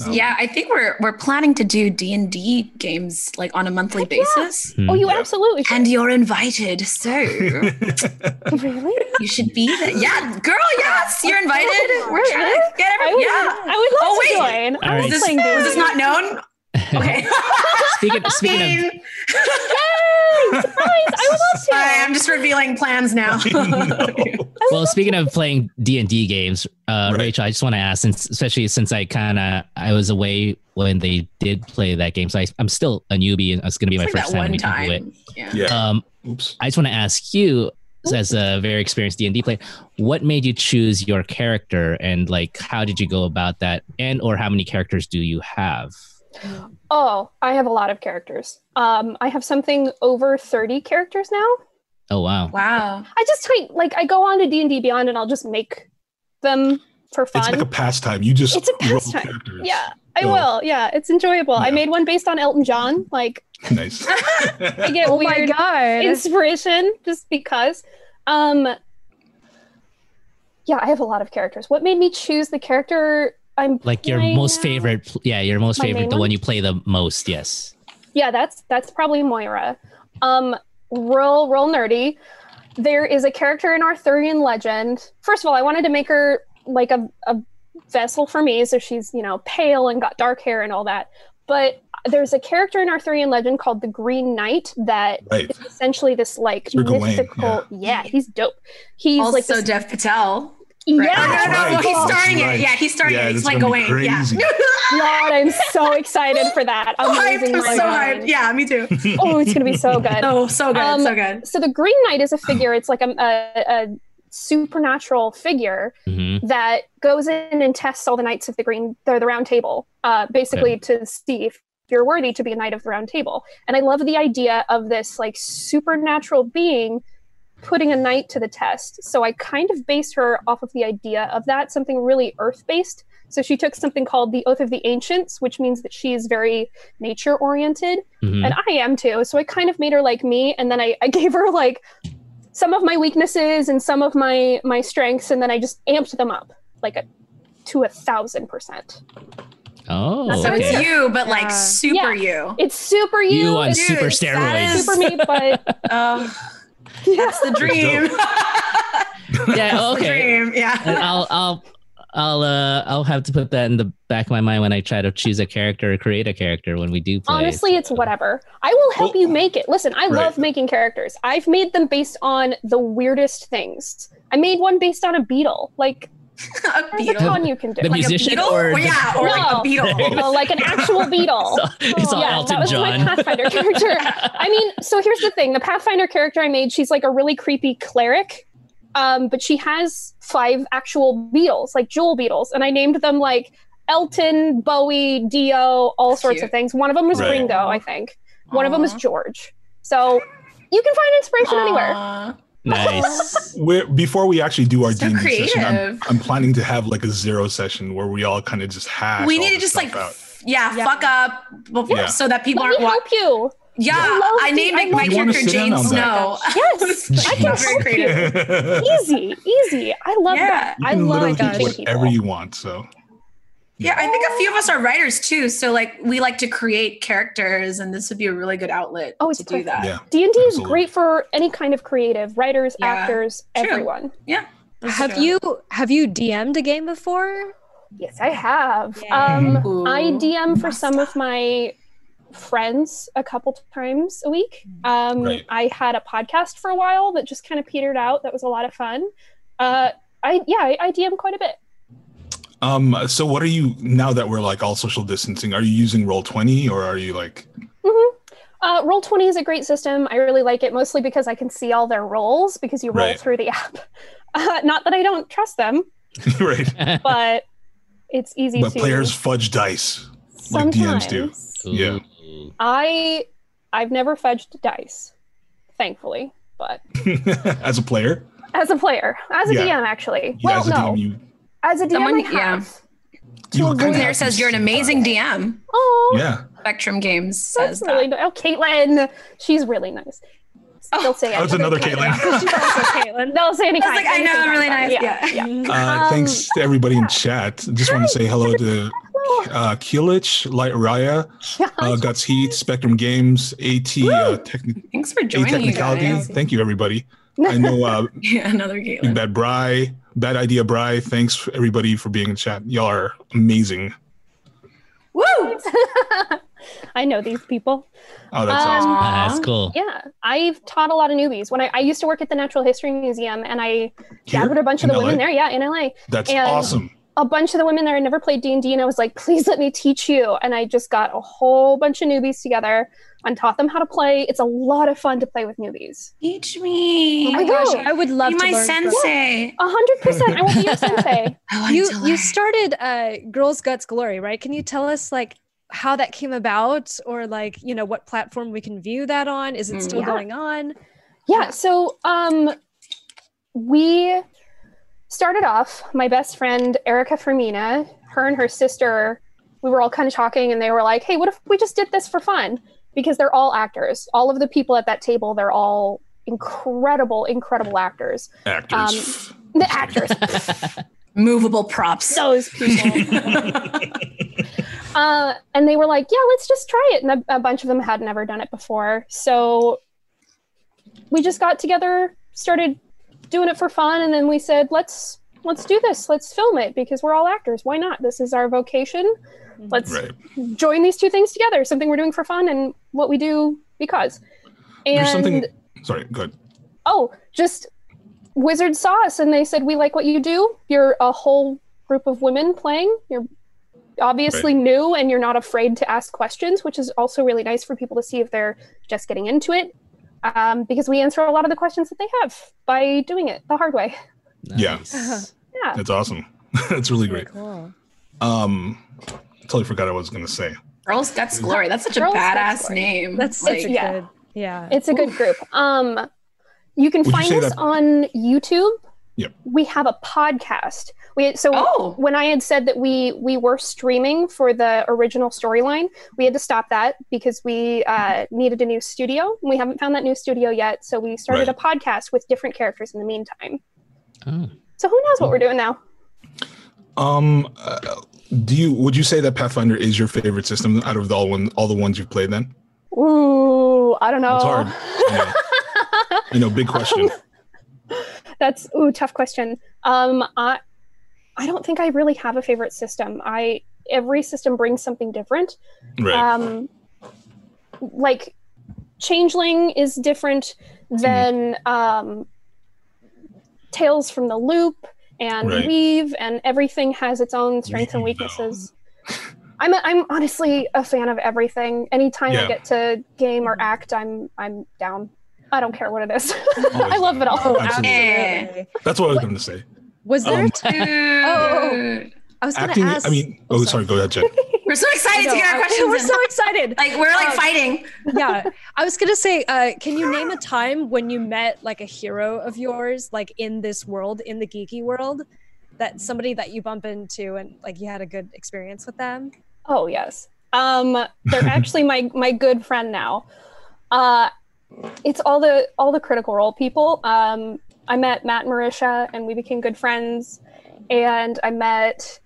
Speaker 1: Um,
Speaker 3: yeah, I think we're we're planning to do D and D games like on a monthly
Speaker 5: Heck yeah.
Speaker 3: basis,
Speaker 5: oh you
Speaker 1: Hmm. Yeah.
Speaker 5: absolutely should.
Speaker 3: and you're invited.
Speaker 4: <laughs>
Speaker 3: So you
Speaker 5: really
Speaker 3: should be there. Yeah, girl. Yes, you're invited. We're
Speaker 5: Really?
Speaker 3: trying to get
Speaker 5: I
Speaker 3: every.
Speaker 5: would,
Speaker 3: Yeah.
Speaker 5: I would love
Speaker 3: Oh,
Speaker 5: to
Speaker 3: wait.
Speaker 5: join.
Speaker 4: All
Speaker 5: I
Speaker 4: right.
Speaker 5: was
Speaker 3: Is this,
Speaker 5: playing
Speaker 3: was
Speaker 5: D&D.
Speaker 4: <laughs>
Speaker 3: this not known? Okay. <laughs>
Speaker 4: speaking speaking of
Speaker 5: Yay! surprise! I would love to.
Speaker 3: Sorry, I'm just revealing plans
Speaker 4: <laughs>
Speaker 3: <laughs> now.
Speaker 1: No.
Speaker 4: well speaking of playing d&d games uh,
Speaker 1: Right.
Speaker 4: rachel i just want to ask since especially since i kind of i was away when they did play that game so I, i'm still a newbie and it's going to be my
Speaker 3: It's like
Speaker 4: first
Speaker 3: that
Speaker 4: time
Speaker 3: one
Speaker 4: we can do it
Speaker 3: time. Yeah.
Speaker 1: Yeah.
Speaker 4: um,
Speaker 1: Oops.
Speaker 4: i just want to ask you as a very experienced d&d player what made you choose your character and like how did you go about that and or how many characters do you have
Speaker 5: Oh, I have a lot of characters. Um, I have something over thirty characters now.
Speaker 4: oh wow
Speaker 3: Wow.
Speaker 5: I just type like I go on to D and D Beyond and I'll just make them for fun.
Speaker 1: It's like a pastime. You just
Speaker 5: It's a
Speaker 1: roll
Speaker 5: pastime.
Speaker 1: characters.
Speaker 5: yeah, I
Speaker 1: Cool.
Speaker 5: will. Yeah, it's enjoyable. I
Speaker 1: Yeah.
Speaker 5: made one based on Elton John. Like
Speaker 3: <laughs>
Speaker 1: Nice.
Speaker 5: I get
Speaker 2: oh my
Speaker 5: weird
Speaker 2: god.
Speaker 5: inspiration just because. Um, yeah, I have a lot of characters. What made me choose the character I'm
Speaker 4: like your
Speaker 5: playing
Speaker 4: most
Speaker 5: now?
Speaker 4: favorite pl- yeah your most
Speaker 5: My
Speaker 4: favorite
Speaker 5: main
Speaker 4: the
Speaker 5: one?
Speaker 4: one you play the most yes
Speaker 5: Yeah, that's that's probably Moira. Um, real real nerdy. There is a character in Arthurian legend. First of all, I wanted to make her like a, a vessel for me, so she's you know pale and got dark hair and all that. But there's a character in Arthurian legend called the Green Knight that
Speaker 1: right.
Speaker 5: is essentially this like
Speaker 1: Sir Gawain,
Speaker 5: mythical. yeah. he's dope. He's
Speaker 3: also
Speaker 5: like this,
Speaker 3: Dev Patel.
Speaker 5: yeah.
Speaker 3: Oh,
Speaker 1: That's
Speaker 3: no, no,
Speaker 1: right.
Speaker 3: well, he's <laughs>
Speaker 1: That's
Speaker 3: starring
Speaker 1: right.
Speaker 3: it. Yeah, he's starring
Speaker 1: Yeah,
Speaker 3: it. He's
Speaker 1: that's
Speaker 3: like
Speaker 1: gonna be
Speaker 3: going. Yeah. <laughs>
Speaker 1: crazy.
Speaker 5: God, I'm so excited for that. I'm
Speaker 3: hyped.
Speaker 5: losing
Speaker 3: I'm
Speaker 5: my
Speaker 3: so
Speaker 5: mind.
Speaker 3: hyped. Yeah, me too.
Speaker 5: Oh, it's gonna be
Speaker 3: <laughs>
Speaker 5: so good.
Speaker 3: Oh, so good.
Speaker 5: Um,
Speaker 3: so good.
Speaker 5: so the Green Knight is a figure. It's like a, a, a supernatural figure
Speaker 4: hmm
Speaker 5: that goes in and tests all the knights of the Green, the, the Round Table, uh, basically to see if you're worthy to be a knight of the Round Table. And I love the idea of this like supernatural being putting a knight to the test. So I kind of based her off of the idea of that, something really earth based. So she took something called the Oath of the Ancients, which means that she is very nature oriented
Speaker 4: hmm
Speaker 5: and I am too. So I kind of made her like me, and then I, I gave her like some of my weaknesses and some of my my strengths, and then I just amped them up like a, to a thousand percent.
Speaker 4: oh
Speaker 5: That's
Speaker 3: So
Speaker 5: how
Speaker 4: okay
Speaker 3: it's you, but
Speaker 2: Yeah.
Speaker 3: like super you.
Speaker 5: It's super you.
Speaker 4: you on
Speaker 5: it's
Speaker 4: super
Speaker 3: that
Speaker 4: steroids
Speaker 3: is-
Speaker 4: <laughs>
Speaker 5: super me, but
Speaker 3: Um,
Speaker 5: yeah.
Speaker 3: that's the dream. <laughs>
Speaker 5: <laughs>
Speaker 4: yeah
Speaker 3: That's the
Speaker 4: okay
Speaker 1: <laughs>
Speaker 3: dream.
Speaker 4: And
Speaker 3: Yeah.
Speaker 4: I'll I'll I'll uh I'll have to put that in the back of my mind when I try to choose a character or create a character when we do play. <laughs>
Speaker 5: Honestly, it's whatever. I will help
Speaker 1: Well-
Speaker 5: you make it. Listen, I
Speaker 1: Right.
Speaker 5: love making characters. I've made them based on the weirdest things. I made one based on a beetle. Like,
Speaker 3: a
Speaker 5: there's a
Speaker 3: beetle.
Speaker 5: con you can do.
Speaker 4: The
Speaker 5: like,
Speaker 3: Like a
Speaker 4: musician
Speaker 3: beetle?
Speaker 4: or the-
Speaker 3: yeah, or like
Speaker 5: No.
Speaker 3: a beetle.
Speaker 5: no, like an actual
Speaker 4: <laughs>
Speaker 5: beetle.
Speaker 4: it's all
Speaker 5: oh, yeah,
Speaker 4: Elton
Speaker 5: that was
Speaker 4: John.
Speaker 5: my Pathfinder character. I mean, so here's the thing: the Pathfinder character I made, she's like a really creepy cleric, um, but she has five actual beetles, like jewel beetles, and I named them like Elton, Bowie, Dio, all sorts
Speaker 3: Cute.
Speaker 5: of things. One of them was
Speaker 1: Right.
Speaker 5: Ringo, I think. One of them was
Speaker 3: Aw.
Speaker 5: George. So you can find inspiration anywhere.
Speaker 3: Aw.
Speaker 4: <laughs> nice.
Speaker 1: We're, before we actually do our
Speaker 3: So
Speaker 1: D&D session, I'm,
Speaker 3: creative.
Speaker 1: I'm planning to have like a zero session where we all kind of just hash.
Speaker 3: We
Speaker 1: all
Speaker 3: need to
Speaker 1: this
Speaker 3: just
Speaker 1: stuff
Speaker 3: like,
Speaker 1: out.
Speaker 3: f- yeah,
Speaker 2: Yeah.
Speaker 3: fuck up before,
Speaker 1: Yeah.
Speaker 3: so that people aren't
Speaker 5: Let me
Speaker 3: watching.
Speaker 5: help you.
Speaker 3: Yeah,
Speaker 5: I love
Speaker 3: I
Speaker 5: the-
Speaker 3: named
Speaker 5: I
Speaker 3: it my
Speaker 5: love
Speaker 1: the-
Speaker 3: character
Speaker 1: You wanna
Speaker 3: Jane
Speaker 1: sit in
Speaker 3: Snow. <laughs>
Speaker 5: Yes, I can
Speaker 4: That's
Speaker 5: help
Speaker 3: very
Speaker 5: you.
Speaker 3: creative.
Speaker 1: <laughs> you
Speaker 5: Easy, easy. I love
Speaker 3: Yeah.
Speaker 5: that. I
Speaker 1: can
Speaker 5: love
Speaker 1: literally
Speaker 2: my
Speaker 1: do
Speaker 5: teaching
Speaker 2: gosh.
Speaker 1: whatever
Speaker 5: people.
Speaker 1: you want. So
Speaker 3: Yeah, I think a few of us are writers too, so like we like to create characters, and this would be a really good outlet
Speaker 5: Oh, it's
Speaker 3: to do
Speaker 5: perfect.
Speaker 3: that.
Speaker 1: Yeah.
Speaker 5: D and D is
Speaker 1: Absolutely.
Speaker 5: great for any kind of creative writers,
Speaker 3: Yeah.
Speaker 5: actors,
Speaker 3: True.
Speaker 5: everyone.
Speaker 3: That's
Speaker 2: have
Speaker 3: true.
Speaker 2: you have you DM'd a game
Speaker 5: <laughs>
Speaker 2: before?
Speaker 5: Yes, I have.
Speaker 2: Yeah.
Speaker 5: Um,
Speaker 3: Ooh.
Speaker 5: I DM for
Speaker 3: Must
Speaker 5: some of
Speaker 3: have.
Speaker 5: my friends a couple times a week. Um,
Speaker 1: Right.
Speaker 5: I had a podcast for a while that just kind of petered out. That was a lot of fun. Uh, I yeah, I, I DM quite a bit.
Speaker 1: um so what are you now that we're like all social distancing, are you using roll twenty or are you like <laughs>
Speaker 5: hmm Uh, roll twenty is a great system. I really like it mostly because I can see all their rolls because you roll
Speaker 1: Right.
Speaker 5: through the app. <laughs> Uh, not that I don't trust them,
Speaker 1: right?
Speaker 5: but it's easy
Speaker 1: But
Speaker 5: to.
Speaker 1: players fudge dice. <laughs> like DMs do.
Speaker 5: sometimes.
Speaker 1: <laughs> Yeah.
Speaker 4: Ooh.
Speaker 5: I I've never fudged dice, thankfully. But
Speaker 1: as a player?
Speaker 5: as a player, as a
Speaker 1: Yeah.
Speaker 5: DM, actually.
Speaker 1: Yeah,
Speaker 5: well,
Speaker 1: as a
Speaker 5: no,
Speaker 1: DM you
Speaker 5: as a DM,
Speaker 3: Someone-
Speaker 5: I have.
Speaker 1: you kinda
Speaker 5: To a player
Speaker 1: have
Speaker 3: Claire
Speaker 1: to
Speaker 3: says you're an
Speaker 1: see-
Speaker 3: amazing DM.
Speaker 5: Oh,
Speaker 1: Yeah.
Speaker 3: Spectrum Games says
Speaker 5: that's really
Speaker 3: that.
Speaker 5: nice. Oh, Caitlin, she's really nice.
Speaker 3: Oh,
Speaker 5: They'll say
Speaker 1: That was
Speaker 5: anything.
Speaker 1: another
Speaker 3: <laughs>
Speaker 1: Caitlin.
Speaker 2: She's also Mm-hmm. Caitlin.
Speaker 5: They'll say any
Speaker 3: I was
Speaker 5: kind.
Speaker 3: like, I know,
Speaker 5: anything
Speaker 3: really
Speaker 5: kind.
Speaker 3: nice. Yeah.
Speaker 1: Uh, thanks
Speaker 5: Um,
Speaker 1: to everybody in chat. Just want to say hello to
Speaker 5: Well,
Speaker 1: uh, Kilich, Light Raya,
Speaker 5: yeah,
Speaker 1: uh, Guts Heat, Spectrum Games, AT, uh, techni-
Speaker 3: Thanks for
Speaker 1: A
Speaker 3: joining you
Speaker 1: Technicality.
Speaker 3: guys. <laughs>
Speaker 1: Thank you, everybody.
Speaker 5: <laughs>
Speaker 1: I know uh,
Speaker 3: Yeah, another
Speaker 1: Big
Speaker 3: game.
Speaker 1: Bad Bry, Bad Idea Bry. Thanks, everybody, for being in chat. Y'all are amazing.
Speaker 3: Woo!
Speaker 5: <laughs> I know these people.
Speaker 1: Oh, that's
Speaker 5: Um,
Speaker 1: awesome.
Speaker 4: Ah, that's cool.
Speaker 5: Yeah, I've taught a lot of newbies. When I, I used to work at the Natural History Museum, and I gathered a bunch of
Speaker 1: in
Speaker 5: the women
Speaker 1: LA?
Speaker 5: there. Yeah, in LA,
Speaker 1: That's
Speaker 5: and-
Speaker 1: awesome.
Speaker 5: a bunch of the women there had never played D and D, and I was like, "Please let me teach you." And I just got a whole bunch of newbies together and taught them how to play. It's a lot of fun to play with newbies.
Speaker 3: Teach me.
Speaker 5: Oh my
Speaker 2: I,
Speaker 5: gosh,
Speaker 2: I would love
Speaker 3: Be
Speaker 2: to
Speaker 3: my
Speaker 2: learn from-
Speaker 3: sensei.
Speaker 5: A hundred percent. I will be your sensei.
Speaker 3: I want
Speaker 2: you
Speaker 3: to
Speaker 2: you
Speaker 3: learn.
Speaker 2: started uh girls guts glory right can you tell us like how that came about or like you know what platform we can view that on is it
Speaker 3: Mm.
Speaker 2: still
Speaker 5: Yeah.
Speaker 2: going on
Speaker 5: Yeah. So, um, we started off. My best friend Erica Fermina, her and her sister, we were all kind of talking, and they were like, "Hey, what if we just did this for fun?" Because they're all actors. All of the people at that table, they're all incredible, incredible actors. um,
Speaker 1: Actors.
Speaker 5: The actors,
Speaker 3: movable
Speaker 5: <laughs>
Speaker 3: props. <laughs>
Speaker 1: <laughs>
Speaker 5: those people. uh, and they were like, "Yeah, let's just try it." And a, a bunch of them had never done it before, so we just got together, started doing it for fun, and then we said, "Let's let's do this. Let's film it because we're all actors. Why not? This is our vocation. Let's
Speaker 1: right.
Speaker 5: join these two things together. Something we're doing for fun and what we do because." And
Speaker 1: There's something. Sorry, go ahead.
Speaker 5: oh, just Wizard saw us and they said, We like what you do. You're a whole group of women playing. You're obviously new and you're not afraid to ask questions, which is also really nice for people to see if they're just getting into it. Um, because we answer a lot of the questions that they have by doing it the hard way.
Speaker 1: Yeah.
Speaker 4: Nice.
Speaker 5: Yeah.
Speaker 1: That's awesome. <laughs> that's really great.
Speaker 2: cool
Speaker 1: Um, totally forgot what I was gonna say.
Speaker 3: Girls Guts
Speaker 4: <laughs>
Speaker 3: Glory. That's such a
Speaker 5: Girls Guts
Speaker 3: badass
Speaker 5: Glory.
Speaker 3: name.
Speaker 2: that's
Speaker 3: Mm, like,
Speaker 2: such a
Speaker 5: yeah.
Speaker 2: good yeah
Speaker 5: It's a good group. Um, you can
Speaker 1: Would you
Speaker 5: find
Speaker 1: say
Speaker 5: us
Speaker 1: that-
Speaker 5: on YouTube.
Speaker 1: Yep.
Speaker 5: We have a podcast. We so
Speaker 3: oh,
Speaker 5: when I had said that we we were streaming for the original storyline, we had to stop that because we uh,
Speaker 1: Mm-hmm.
Speaker 5: needed a new studio. We haven't found that new studio yet, so we
Speaker 1: Right.
Speaker 5: started a podcast with different characters in the meantime.
Speaker 4: Oh.
Speaker 5: So who knows what we're doing now?
Speaker 1: Um, uh, do you would you say that Pathfinder is your favorite system out of the, all one all the ones you've played? Then
Speaker 5: Ooh, I don't know.
Speaker 1: It's hard. Yeah. you know,
Speaker 5: Um,
Speaker 1: big question.
Speaker 5: <laughs> That's ooh, tough question. Um, I I don't think I really have a favorite system. I every system brings something different.
Speaker 1: Right.
Speaker 5: um like changeling is different than
Speaker 1: Mm-hmm.
Speaker 5: um tales from the loop and
Speaker 1: Right.
Speaker 5: weave and everything has its own strengths and
Speaker 1: Weave, though.
Speaker 5: weaknesses I'm, a, I'm honestly a fan of everything anytime i
Speaker 1: Yeah.
Speaker 5: get to game or act i'm i'm down i don't care what it is <laughs>
Speaker 1: Always
Speaker 5: i love it all
Speaker 1: down. Absolutely.
Speaker 2: Absolutely.
Speaker 1: That's what I was going to say.
Speaker 2: was there
Speaker 1: Um,
Speaker 2: a time oh, I was gonna
Speaker 1: Acting.
Speaker 2: ask
Speaker 1: I mean, oh, sorry. Go ahead, Jen.
Speaker 3: we're so excited to
Speaker 2: No,
Speaker 3: get our
Speaker 2: I- <laughs>
Speaker 3: questions
Speaker 2: we're
Speaker 3: in.
Speaker 2: so excited
Speaker 3: like we're like
Speaker 2: Oh.
Speaker 3: fighting.
Speaker 2: yeah i was gonna say uh, can you name a time when you met like a hero of yours like in this world in the geeky world that somebody that you bump into and like you had a good experience with them
Speaker 5: Oh yes. Um,
Speaker 1: <laughs>
Speaker 5: they're actually my my good friend now. Uh, it's all the all the Critical Role people. Um, I met Matt and Marisha, and we became good friends. And I met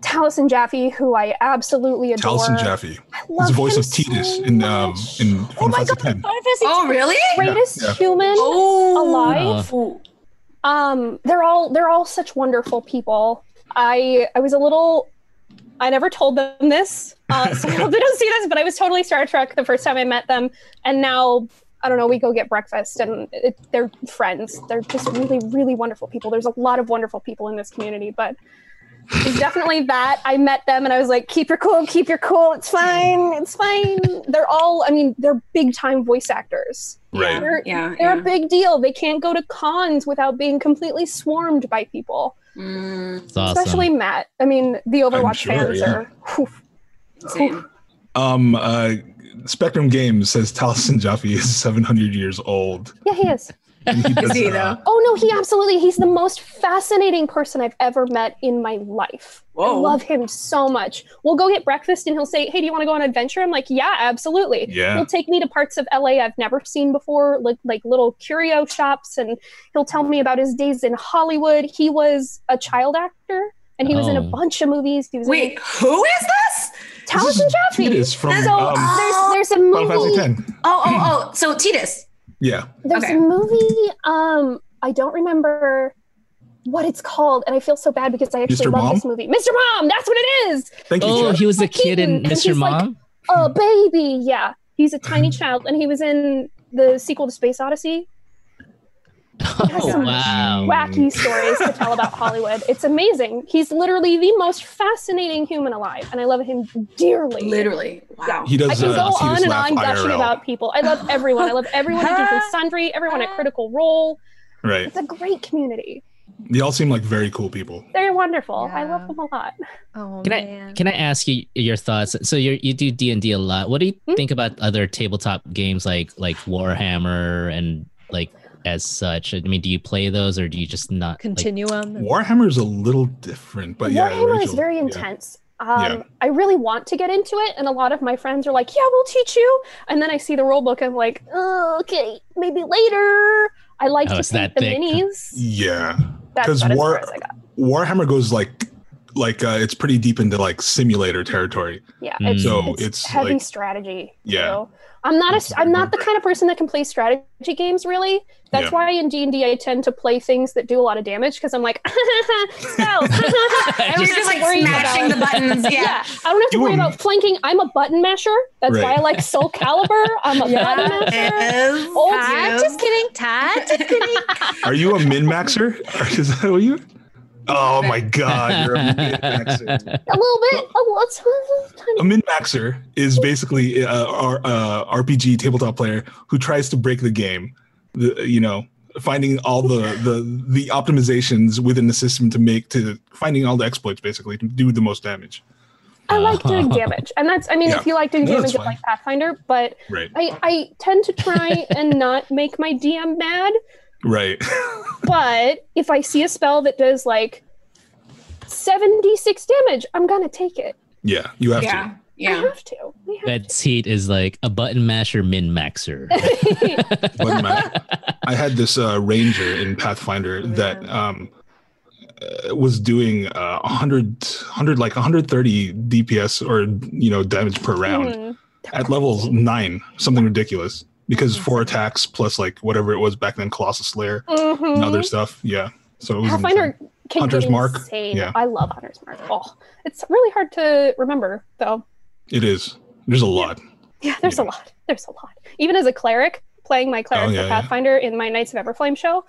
Speaker 5: Taliesin Jaffe, who I absolutely adore.
Speaker 1: Taliesin Jaffe.
Speaker 5: I
Speaker 1: He's
Speaker 5: love
Speaker 1: the voice
Speaker 5: him
Speaker 1: of Titus
Speaker 5: so
Speaker 1: in um
Speaker 5: much. Oh
Speaker 1: in Final Fantasy X.
Speaker 3: Oh, really?
Speaker 5: greatest
Speaker 1: yeah.
Speaker 5: human
Speaker 3: Oh,
Speaker 5: alive.
Speaker 3: Oh.
Speaker 1: Uh.
Speaker 5: um they're all they're all such wonderful people i i was a little i never told them this uh, so i hope they don't see this but i was totally star trek the first time i met them and now i don't know we go get breakfast and it, they're friends they're just really really wonderful people there's a lot of wonderful people in this community but it's definitely that i met them and i was like keep your cool keep your cool it's fine it's fine they're all i mean they're big time voice actors
Speaker 1: Right.
Speaker 5: They're-
Speaker 3: yeah.
Speaker 5: they're
Speaker 3: yeah.
Speaker 5: a big deal. They can't go to cons without being completely swarmed by people,
Speaker 3: Mm,
Speaker 4: It's awesome.
Speaker 5: especially Matt. I mean, the Overwatch
Speaker 1: sure,
Speaker 5: fans
Speaker 1: yeah.
Speaker 5: are. whew.
Speaker 3: same.
Speaker 1: Um, uh, Spectrum Games says Taliesin Jaffe is 700 years old.
Speaker 5: Yeah, he is.
Speaker 1: And he
Speaker 5: <laughs>
Speaker 3: Is
Speaker 1: does,
Speaker 3: he
Speaker 1: uh,
Speaker 3: though?
Speaker 5: Oh no, he absolutely. He's the most fascinating person I've ever met in my life.
Speaker 3: Whoa.
Speaker 5: I love him so much. We'll go get breakfast, and he'll say, "Hey, do you want to go on an adventure?" I'm like, "Yeah, absolutely."
Speaker 1: Yeah.
Speaker 5: He'll take me to parts of LA I've never seen before, like like little curio shops, and he'll tell me about his days in Hollywood. He was a child actor, and he was in a
Speaker 4: Oh.
Speaker 5: bunch of movies. He was in
Speaker 3: Wait, who is this?
Speaker 1: This
Speaker 5: Taliesin
Speaker 1: is
Speaker 5: Jaffe.
Speaker 1: Titus from
Speaker 5: So
Speaker 1: um,
Speaker 5: there's there's a
Speaker 1: Final Fantasy
Speaker 5: movie.
Speaker 1: X.
Speaker 3: Oh,
Speaker 1: <laughs>
Speaker 3: oh, oh. So Titus.
Speaker 1: Yeah.
Speaker 5: There's
Speaker 3: Okay.
Speaker 5: a movie. Um, I don't remember what it's called, and I feel so bad because I actually
Speaker 1: Mr.
Speaker 5: love
Speaker 1: Mom?
Speaker 5: this movie. Mr. Mom, that's what it is.
Speaker 1: Thank you.
Speaker 4: Oh,
Speaker 1: Jen.
Speaker 4: he was the kid in
Speaker 5: Keaton, and
Speaker 4: Mr.
Speaker 5: he's like-
Speaker 4: Mom.
Speaker 1: Hmm.
Speaker 5: oh baby yeah he's a tiny child and he was in the sequel to space odyssey has
Speaker 4: Oh,
Speaker 5: some
Speaker 1: Hmm.
Speaker 4: wow.
Speaker 5: wacky stories to tell about hollywood it's amazing he's literally the most fascinating human alive and i love him dearly
Speaker 3: Literally. Wow.
Speaker 1: He
Speaker 5: I
Speaker 1: does.
Speaker 5: can
Speaker 1: Uh,
Speaker 5: go on
Speaker 1: Cetus
Speaker 5: and
Speaker 1: laugh
Speaker 5: on gushing
Speaker 1: IRL.
Speaker 5: about people. I love everyone. I love everyone at Geek and Sundry, everyone at Critical Role.
Speaker 1: Right.
Speaker 5: It's a great community.
Speaker 1: They all seem like very cool people.
Speaker 5: They're wonderful. I
Speaker 2: Yeah.
Speaker 5: love them a lot.
Speaker 2: Oh
Speaker 4: Can I-
Speaker 2: man.
Speaker 4: Can I ask you your thoughts? So you you do D and D a lot. What do you
Speaker 5: Hmm?
Speaker 4: think about other tabletop games like like Warhammer and like as such? I mean, do you play those or do you just not? Like,
Speaker 2: Continuum.
Speaker 1: Warhammer is a little different, but yeah.
Speaker 5: Hmm. Warhammer is
Speaker 1: Rachel-
Speaker 5: very
Speaker 1: yeah.
Speaker 5: intense.
Speaker 1: Yeah.
Speaker 5: Um, I really want to get into it, and a lot of my friends are like, "Yeah, we'll teach you." And then I see the rule book, I'm like, oh, "Okay, maybe later." I like
Speaker 4: Oh,
Speaker 5: to
Speaker 4: it's
Speaker 5: paint
Speaker 4: that
Speaker 5: the
Speaker 4: thick.
Speaker 5: minis.
Speaker 1: Yeah.
Speaker 5: That's
Speaker 1: 'Cause
Speaker 5: about as
Speaker 1: war-
Speaker 5: far as I got.
Speaker 1: Warhammer goes like like uh, it's pretty deep into like simulator territory.
Speaker 5: Yeah,
Speaker 4: Mm.
Speaker 5: it's,
Speaker 1: So
Speaker 5: it's,
Speaker 1: it's
Speaker 5: heavy
Speaker 1: like-
Speaker 5: strategy.
Speaker 1: Yeah.
Speaker 5: so. I'm not
Speaker 1: It's
Speaker 5: a, I'm
Speaker 1: very
Speaker 5: not the kind of person that can play strategy games really. That's
Speaker 1: Yeah.
Speaker 5: why in D and I tend to play things that do a lot of damage because I'm
Speaker 4: <laughs>
Speaker 5: like <laughs> spells. I don't
Speaker 3: You're
Speaker 4: Just
Speaker 5: have to
Speaker 3: just like
Speaker 5: worry
Speaker 3: smashing the
Speaker 5: about-
Speaker 3: buttons. Yeah.
Speaker 5: <laughs> Yeah. I don't have to
Speaker 1: You
Speaker 5: worry
Speaker 1: wouldn't-
Speaker 5: about flanking. I'm a button masher. That's why
Speaker 1: Right.
Speaker 5: I like Soul Calibur. I'm a button masher.
Speaker 3: Yes.
Speaker 5: Oh,
Speaker 2: Todd, just kidding. Todd, just <laughs> kidding.
Speaker 1: Are you a min maxer? <laughs> is that what you? Oh my god, you're a min maxer.
Speaker 5: A little bit. A what's
Speaker 1: A min maxer is basically uh, a, a, a RPG tabletop player who tries to break the game. The, you know, finding all the, the the optimizations within the system to make to finding all the exploits basically to do the most damage.
Speaker 5: I like doing damage, and that's. I mean,
Speaker 1: Uh-huh. Yeah.
Speaker 5: if you like doing
Speaker 1: No,
Speaker 5: damage,
Speaker 1: that's
Speaker 5: it's
Speaker 1: fine.
Speaker 5: like Pathfinder. But
Speaker 1: Right.
Speaker 5: I I tend
Speaker 1: <laughs>
Speaker 5: to try and not make my DM mad.
Speaker 1: Right. <laughs>
Speaker 5: But if I see a spell that does like 76 damage, I'm gonna take it.
Speaker 1: yeah, you have to.
Speaker 3: Yeah.
Speaker 5: I
Speaker 3: Yeah.
Speaker 5: have to. We have
Speaker 4: That seat is like a button masher min
Speaker 3: <laughs>
Speaker 4: maxer.
Speaker 5: to.
Speaker 1: But my- I had this uh, ranger in Pathfinder
Speaker 5: Oh,
Speaker 1: that um, uh, was doing uh, 100, 100, like 130 DPS or you know damage per <laughs> round
Speaker 5: <laughs> Mhm.
Speaker 1: at level nine, something ridiculous. Because four attacks plus like whatever it was back then, Colossus Slayer
Speaker 5: Mhm.
Speaker 1: and other stuff. Yeah, so it was insane.
Speaker 5: Pathfinder can
Speaker 1: Hunter's
Speaker 5: get
Speaker 1: Mark,
Speaker 5: insane.
Speaker 1: yeah.
Speaker 5: I love Hunter's Mark. Oh, it's really hard to remember though.
Speaker 1: it is. There's a lot.
Speaker 5: Yeah, there's a
Speaker 1: Yeah.
Speaker 5: lot. There's a lot. Even as a cleric, playing my cleric
Speaker 1: Oh,
Speaker 5: for
Speaker 1: yeah, yeah.
Speaker 5: Pathfinder in my Knights of Everflame show,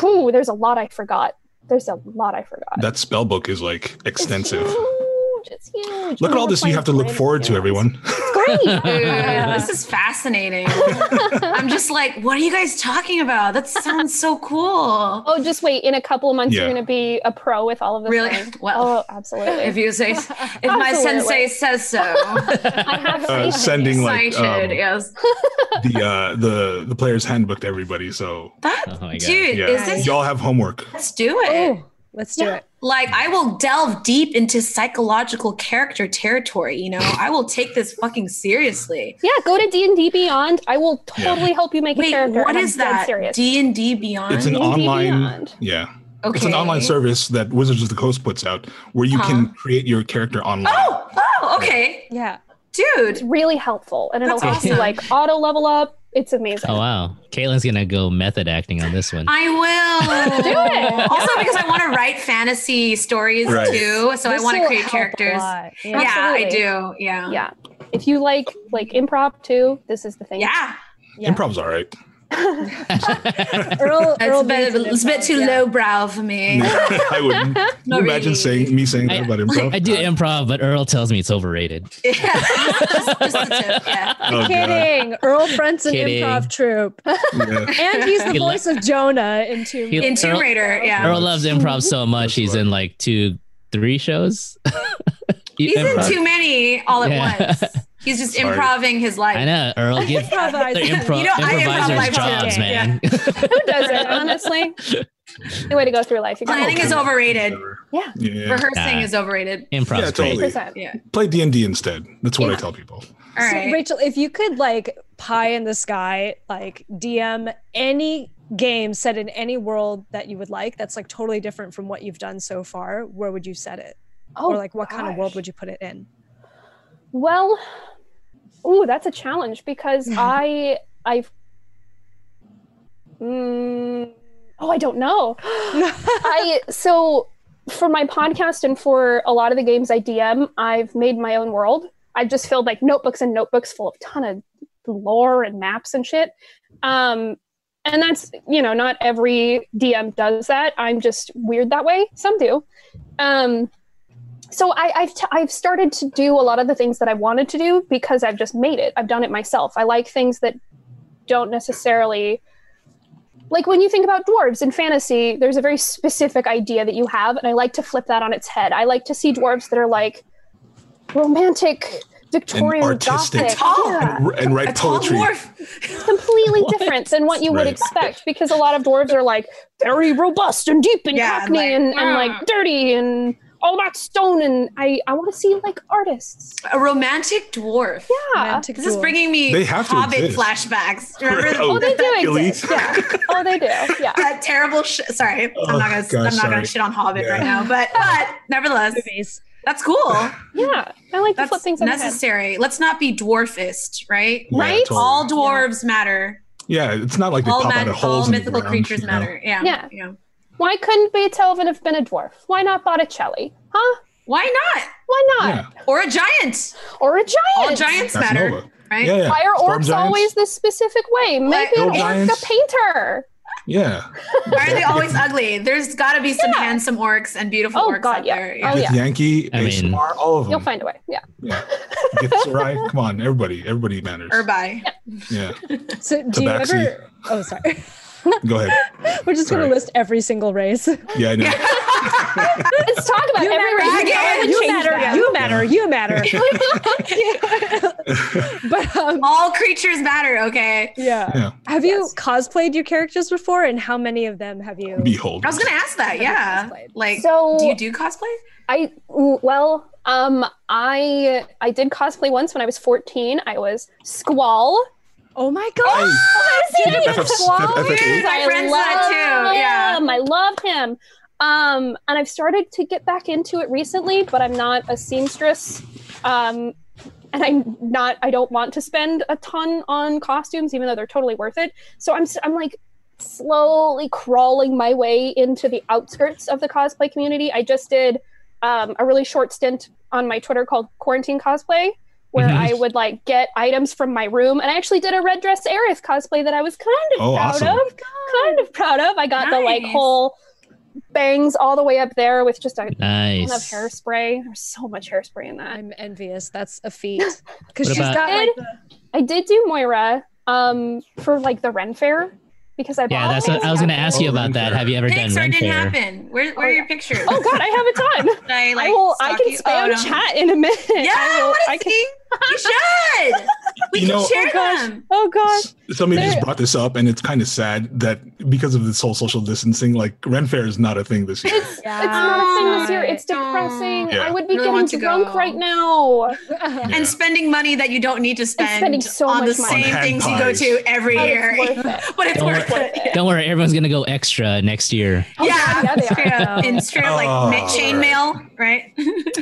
Speaker 5: whew, there's a lot I forgot. There's a lot I forgot.
Speaker 1: That spell book is like
Speaker 5: It's
Speaker 1: extensive.
Speaker 5: huge. It's huge.
Speaker 1: Look at
Speaker 5: We
Speaker 1: all
Speaker 5: were
Speaker 1: this you
Speaker 5: playing
Speaker 1: have to look
Speaker 5: Blade
Speaker 1: forward to,
Speaker 5: Blade.
Speaker 1: everyone. <laughs>
Speaker 5: It's great.
Speaker 3: Ooh, this is
Speaker 5: <laughs>
Speaker 3: fascinating. I'm just like, what are you guys talking about? That sounds so
Speaker 5: <laughs>
Speaker 3: cool.
Speaker 5: Oh, just wait. In a couple of months,
Speaker 1: Yeah.
Speaker 5: you're going to be a pro with all of this.
Speaker 3: Really?
Speaker 5: thing.
Speaker 3: Well,
Speaker 5: oh, absolutely.
Speaker 3: If you say, if my
Speaker 5: Absolutely.
Speaker 3: sensei says so,
Speaker 5: <laughs> I have
Speaker 1: Uh,
Speaker 5: faith in
Speaker 1: sending
Speaker 5: you.
Speaker 1: like um,
Speaker 3: cited, yes.
Speaker 1: the uh, the the player's handbook to everybody. So
Speaker 3: That,
Speaker 4: Oh my God.
Speaker 3: dude,
Speaker 1: yeah,
Speaker 3: is this?
Speaker 1: y'all have homework.
Speaker 3: Let's do it.
Speaker 2: Oh, let's do
Speaker 5: Yeah.
Speaker 2: it.
Speaker 3: Like, I will delve deep into psychological character territory. You know, I will take this fucking seriously.
Speaker 5: Yeah, go to D and D Beyond. I will totally help you make a
Speaker 3: Wait,
Speaker 5: character.
Speaker 3: what
Speaker 5: and I'm
Speaker 3: is
Speaker 5: dead
Speaker 3: that?
Speaker 5: Serious.
Speaker 3: D and D Beyond.
Speaker 1: It's an
Speaker 5: D&D
Speaker 1: online,
Speaker 5: Beyond.
Speaker 1: yeah,
Speaker 3: okay. Uh-huh.
Speaker 1: it's an online service that Wizards of the Coast puts out where you can create your character online.
Speaker 3: Oh, oh, okay,
Speaker 2: Yeah.
Speaker 5: it's
Speaker 3: dude.
Speaker 5: really helpful, and it'll
Speaker 3: That's
Speaker 5: help you
Speaker 3: awesome.
Speaker 5: like auto level up. It's
Speaker 4: <laughs>
Speaker 5: amazing.
Speaker 4: oh wow, Caitlin's gonna go method acting on this one.
Speaker 3: I will
Speaker 5: Do it.
Speaker 3: Also, because I want to write fantasy stories
Speaker 1: Right.
Speaker 3: too, so I
Speaker 2: This
Speaker 3: want to
Speaker 2: will
Speaker 3: create
Speaker 2: help a
Speaker 3: characters.
Speaker 2: lot.
Speaker 3: Yeah,
Speaker 2: Yeah.
Speaker 3: I
Speaker 5: Absolutely.
Speaker 3: do. Yeah.
Speaker 5: Yeah. If you like like improv too, this is the thing.
Speaker 3: Yeah,
Speaker 2: yeah.
Speaker 1: Improv's all right.
Speaker 2: <laughs> Earl,
Speaker 3: it's a bit, it's a bit too lowbrow for me.
Speaker 1: <laughs> I
Speaker 3: <laughs>
Speaker 1: wouldn't. Can you
Speaker 3: Not
Speaker 1: imagine
Speaker 3: really.
Speaker 1: saying me saying that about improv.
Speaker 4: <laughs> I do improv, but Earl tells me it's
Speaker 3: <laughs>
Speaker 4: overrated.
Speaker 3: just, just a tip,
Speaker 4: <laughs>
Speaker 3: yeah.
Speaker 1: Oh, God.
Speaker 2: Kidding. Earl fronts an
Speaker 4: Kidding.
Speaker 2: improv troupe.
Speaker 1: Yeah.
Speaker 2: And he's the
Speaker 4: <laughs> He le-
Speaker 2: voice of Jonah in Tomb
Speaker 4: He- <laughs>
Speaker 2: Raider.
Speaker 3: In Tomb
Speaker 4: Earl-
Speaker 3: Raider, yeah.
Speaker 4: Earl loves improv so much; he's in like two, three shows. <laughs>
Speaker 3: He's in
Speaker 4: Improv.
Speaker 3: too many all at
Speaker 4: Yeah.
Speaker 3: once. He's just
Speaker 1: Sorry.
Speaker 3: improving his life.
Speaker 4: I know Earl. Give
Speaker 2: Improvise. <laughs>
Speaker 4: the <laughs> impro-
Speaker 3: You know, I improvise
Speaker 4: improvisers
Speaker 3: all
Speaker 4: jobs,
Speaker 2: day.
Speaker 4: man.
Speaker 5: Who does it? Honestly, the way to go through life. You
Speaker 3: Planning
Speaker 5: gotta-
Speaker 3: is overrated.
Speaker 5: Yeah.
Speaker 1: Yeah.
Speaker 3: Rehearsing
Speaker 4: Oh, Nah.
Speaker 3: is overrated.
Speaker 4: <laughs> Improv,
Speaker 1: Yeah, totally.
Speaker 5: Percent.
Speaker 3: Yeah.
Speaker 1: Play D and D instead. That's what I
Speaker 5: Yeah.
Speaker 1: tell people.
Speaker 3: All
Speaker 2: So,
Speaker 3: right.
Speaker 2: Rachel, if you could like pie in the sky, like DM any game set in any world that you would like that's like totally different from what you've done so far, where would you set it?
Speaker 5: Oh,
Speaker 2: or like what kind of world
Speaker 5: gosh.
Speaker 2: would you put it in?
Speaker 5: Well, ooh, that's a challenge because
Speaker 3: Mm-hmm.
Speaker 5: I I've mm, oh I don't know. I so for my podcast and for a lot of the games I DM, I've made my own world. I've just filled like notebooks and notebooks full of ton of lore and maps and shit. Um, and that's you know not every DM does that. I'm just weird that way. Some do. Um, so I, I've t- I've started to do a lot of the things that I wanted to do because I've just made it. I've done it myself. I like things that don't necessarily like when you think about dwarves in fantasy, there's a very specific idea that you have, and I like to flip that on its head. I like to see dwarves that are like romantic, Victorian,
Speaker 1: artistic.
Speaker 5: gothic,
Speaker 3: Tall.
Speaker 5: yeah,
Speaker 1: and, and write
Speaker 3: a tall
Speaker 1: poetry.
Speaker 3: dwarf.
Speaker 5: it's
Speaker 1: <laughs>
Speaker 5: completely
Speaker 4: What?
Speaker 5: different than what you would
Speaker 1: Right.
Speaker 5: expect because a lot of dwarves are like very robust and deep and
Speaker 3: Yeah,
Speaker 5: cockney
Speaker 3: like,
Speaker 5: and, and like dirty and all about stone, and I I want to see like artists.
Speaker 3: A romantic dwarf.
Speaker 5: Yeah.
Speaker 2: Romantic
Speaker 3: <laughs> This is
Speaker 2: dwarf.
Speaker 3: bringing me
Speaker 1: They have to
Speaker 3: Hobbit
Speaker 1: exist.
Speaker 3: flashbacks. Remember
Speaker 1: <laughs> Oh,
Speaker 5: Oh, they do
Speaker 1: really?
Speaker 5: exist. Yeah.
Speaker 1: <laughs>
Speaker 5: Oh, they do. Yeah.
Speaker 3: <laughs> that terrible sh- sorry i'm not gonna
Speaker 1: Oh, gosh,
Speaker 3: i'm not
Speaker 1: sorry.
Speaker 3: gonna shit on hobbit
Speaker 1: Yeah.
Speaker 3: right now but but nevertheless
Speaker 2: movies.
Speaker 3: that's cool
Speaker 5: Yeah. I like to flip
Speaker 3: that's
Speaker 5: things on its head.
Speaker 3: necessary let's not be dwarfist right
Speaker 1: Yeah,
Speaker 5: Right?
Speaker 1: totally.
Speaker 3: all dwarves matter
Speaker 1: yeah, it's not like they
Speaker 3: all
Speaker 1: pop out
Speaker 3: mag-
Speaker 1: of holes.
Speaker 3: all
Speaker 1: in the
Speaker 3: mythical
Speaker 1: ground,
Speaker 3: creatures
Speaker 1: you know?
Speaker 3: matter yeah
Speaker 5: Yeah. Why couldn't Beethoven have been a dwarf? Why not Botticelli? Huh?
Speaker 3: why not
Speaker 5: Why not?
Speaker 1: Yeah,
Speaker 3: or a giant
Speaker 5: Or a giant?
Speaker 3: all giants
Speaker 1: that's
Speaker 3: matter
Speaker 1: Nova.
Speaker 3: right
Speaker 1: Yeah, yeah.
Speaker 5: Why are
Speaker 1: Storm
Speaker 5: orcs
Speaker 1: giants.
Speaker 5: always this specific way?
Speaker 3: Like-
Speaker 5: Maybe an
Speaker 1: Hill
Speaker 5: orc
Speaker 1: giants.
Speaker 5: a painter.
Speaker 1: Yeah.
Speaker 3: why are they always ugly there's gotta be some
Speaker 5: Yeah.
Speaker 3: handsome orcs and beautiful
Speaker 5: Oh,
Speaker 3: orcs
Speaker 5: God,
Speaker 3: out
Speaker 5: yeah.
Speaker 3: there
Speaker 5: Oh,
Speaker 1: With
Speaker 5: yeah.
Speaker 1: Yankee,
Speaker 4: I
Speaker 1: ASMR,
Speaker 4: mean-
Speaker 1: all of them.
Speaker 5: You'll find a way. Yeah.
Speaker 1: yeah. Gets right. Come on, everybody. Everybody matters.
Speaker 3: Urbi.
Speaker 1: Yeah.
Speaker 2: So do you
Speaker 1: Tabaxi.
Speaker 2: ever? Oh, sorry. <laughs>
Speaker 1: Go ahead.
Speaker 2: We're just going
Speaker 1: Sorry.
Speaker 2: to list every single race.
Speaker 1: Yeah, I know.
Speaker 5: Let's talk about every race.
Speaker 3: ragged.
Speaker 5: I
Speaker 2: <laughs>
Speaker 5: wanna
Speaker 2: you
Speaker 5: change
Speaker 2: matter.
Speaker 5: that.
Speaker 2: You matter. You matter. <laughs> but um,
Speaker 3: all creatures matter okay
Speaker 2: yeah.
Speaker 1: Yeah.
Speaker 2: Have
Speaker 5: Yes.
Speaker 2: you cosplayed your characters before, and how many of them have you?
Speaker 1: Behold.
Speaker 3: i was gonna ask that
Speaker 2: Never
Speaker 3: yeah
Speaker 2: cosplayed.
Speaker 3: like
Speaker 5: So-
Speaker 3: do you do cosplay
Speaker 5: I well, um, I I did cosplay once when I was 14. I was Squall.
Speaker 2: Oh my god!
Speaker 5: What is he?
Speaker 1: F- F- FFA.
Speaker 3: My friends saw it too, yeah.
Speaker 5: him. I love him. Um, and I've started to get back into it recently, but I'm not a seamstress. Um, and I'm not. I don't want to spend a ton on costumes, even though they're totally worth it. So I'm. s- I'm like slowly crawling my way into the outskirts of the cosplay community. I just did um, a really short stint on my Twitter called Quarantine Cosplay, where
Speaker 3: Mm-hmm.
Speaker 4: Mhm.
Speaker 5: I would like get items from my room, and I actually did a red dress Aerith cosplay that I was kind of
Speaker 1: Oh,
Speaker 5: proud
Speaker 1: awesome.
Speaker 5: of, kind of proud of. I got the like
Speaker 3: Nice.
Speaker 5: whole bangs all the way up there with just a ton of
Speaker 4: Nice.
Speaker 5: hairspray. There's so much hairspray in that.
Speaker 2: I'm envious. That's a feat because
Speaker 4: What
Speaker 2: she's
Speaker 4: about-
Speaker 2: got like
Speaker 5: I did do Moira um, for like the Ren Fair because I
Speaker 4: Yeah,
Speaker 5: bought
Speaker 4: that's. What, I was gonna ask you about that. Have you ever done
Speaker 3: Picks or
Speaker 4: rent
Speaker 3: didn't
Speaker 4: fair?
Speaker 3: happen. Where, where
Speaker 5: Oh,
Speaker 3: are your
Speaker 5: yeah.
Speaker 3: pictures?
Speaker 5: Oh god, I have a ton.
Speaker 3: <laughs> Did I,
Speaker 5: I will. I
Speaker 3: stalk
Speaker 5: can
Speaker 3: you?
Speaker 5: spam
Speaker 3: Oh, no.
Speaker 5: chat in a minute.
Speaker 3: <laughs> Yeah,
Speaker 5: I
Speaker 3: I
Speaker 5: will-
Speaker 3: want
Speaker 5: I
Speaker 3: to
Speaker 5: can-
Speaker 3: see. You should. We
Speaker 1: You
Speaker 3: can
Speaker 1: know-
Speaker 3: share
Speaker 5: Oh, gosh.
Speaker 3: them.
Speaker 5: Oh god.
Speaker 1: Somebody just
Speaker 5: There-
Speaker 1: brought this up, and it's kind of sad that because of this whole social distancing, like Ren Fair is not a thing this year.
Speaker 5: It's not a thing this year.
Speaker 2: Yeah.
Speaker 5: It's depressing.
Speaker 1: Yeah.
Speaker 5: I would be
Speaker 3: Really want to
Speaker 5: getting drunk
Speaker 3: go.
Speaker 5: right now.
Speaker 1: Yeah.
Speaker 3: And spending money that you don't need to spend
Speaker 5: spending so
Speaker 3: on the
Speaker 5: much money.
Speaker 1: On
Speaker 3: same
Speaker 1: hand
Speaker 3: things you go
Speaker 1: pies.
Speaker 3: to every
Speaker 5: But
Speaker 3: year.
Speaker 5: it's worth it.
Speaker 3: <laughs> but it's
Speaker 4: Don't
Speaker 3: worth
Speaker 5: worry.
Speaker 3: it.
Speaker 4: Don't worry, everyone's gonna go extra next year.
Speaker 5: <laughs> Oh,
Speaker 3: yeah,
Speaker 5: God, yeah, they
Speaker 3: straight up.
Speaker 2: are.
Speaker 3: in straight up, like
Speaker 1: Oh.
Speaker 3: ma- chainmail, right?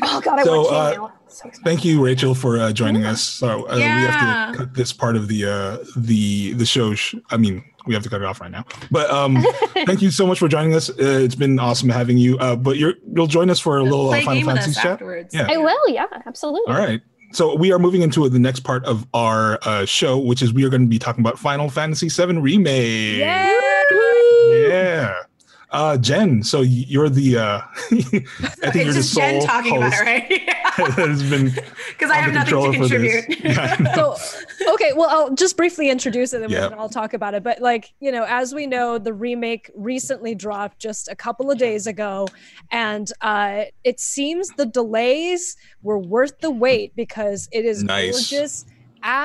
Speaker 5: Oh god, I
Speaker 1: So,
Speaker 5: want chainmail.
Speaker 1: uh,
Speaker 5: so expensive.
Speaker 1: Thank you, Rachel, for uh, joining us. So uh, we have
Speaker 3: Yeah.
Speaker 1: to cut this part of the uh, the the show. Sh- I mean, we have to cut it off right now. But
Speaker 3: <laughs>
Speaker 1: um, thank you so much for joining us. Uh, it's been awesome having you. Uh, but you're, you'll join us for a little uh,
Speaker 3: Play a
Speaker 1: Final
Speaker 3: game with
Speaker 1: Fantasy
Speaker 3: us
Speaker 1: chat.
Speaker 3: afterwards.
Speaker 1: Yeah.
Speaker 5: I will. Yeah, absolutely.
Speaker 1: All right. So we are moving into the next part of our uh, show, which is we are going to be talking about Final Fantasy VII Remake. Yeah. Uh, Jen, so you're the uh, <laughs> I think you're
Speaker 3: it's
Speaker 1: the
Speaker 3: just Jen
Speaker 1: sole
Speaker 3: talking about it,
Speaker 1: host <laughs>
Speaker 3: right? <laughs>
Speaker 1: that has been
Speaker 3: Because I
Speaker 1: on
Speaker 3: have
Speaker 1: the
Speaker 3: nothing to
Speaker 1: controller for this. <laughs>
Speaker 3: contribute.
Speaker 1: Yeah, I know.
Speaker 2: so okay well i'll just briefly introduce it and
Speaker 1: Yeah.
Speaker 2: we can all talk about it but like you know as we know the remake recently dropped just a couple of days ago and uh, it seems the delays were worth the wait because it is
Speaker 1: Nice.
Speaker 2: gorgeous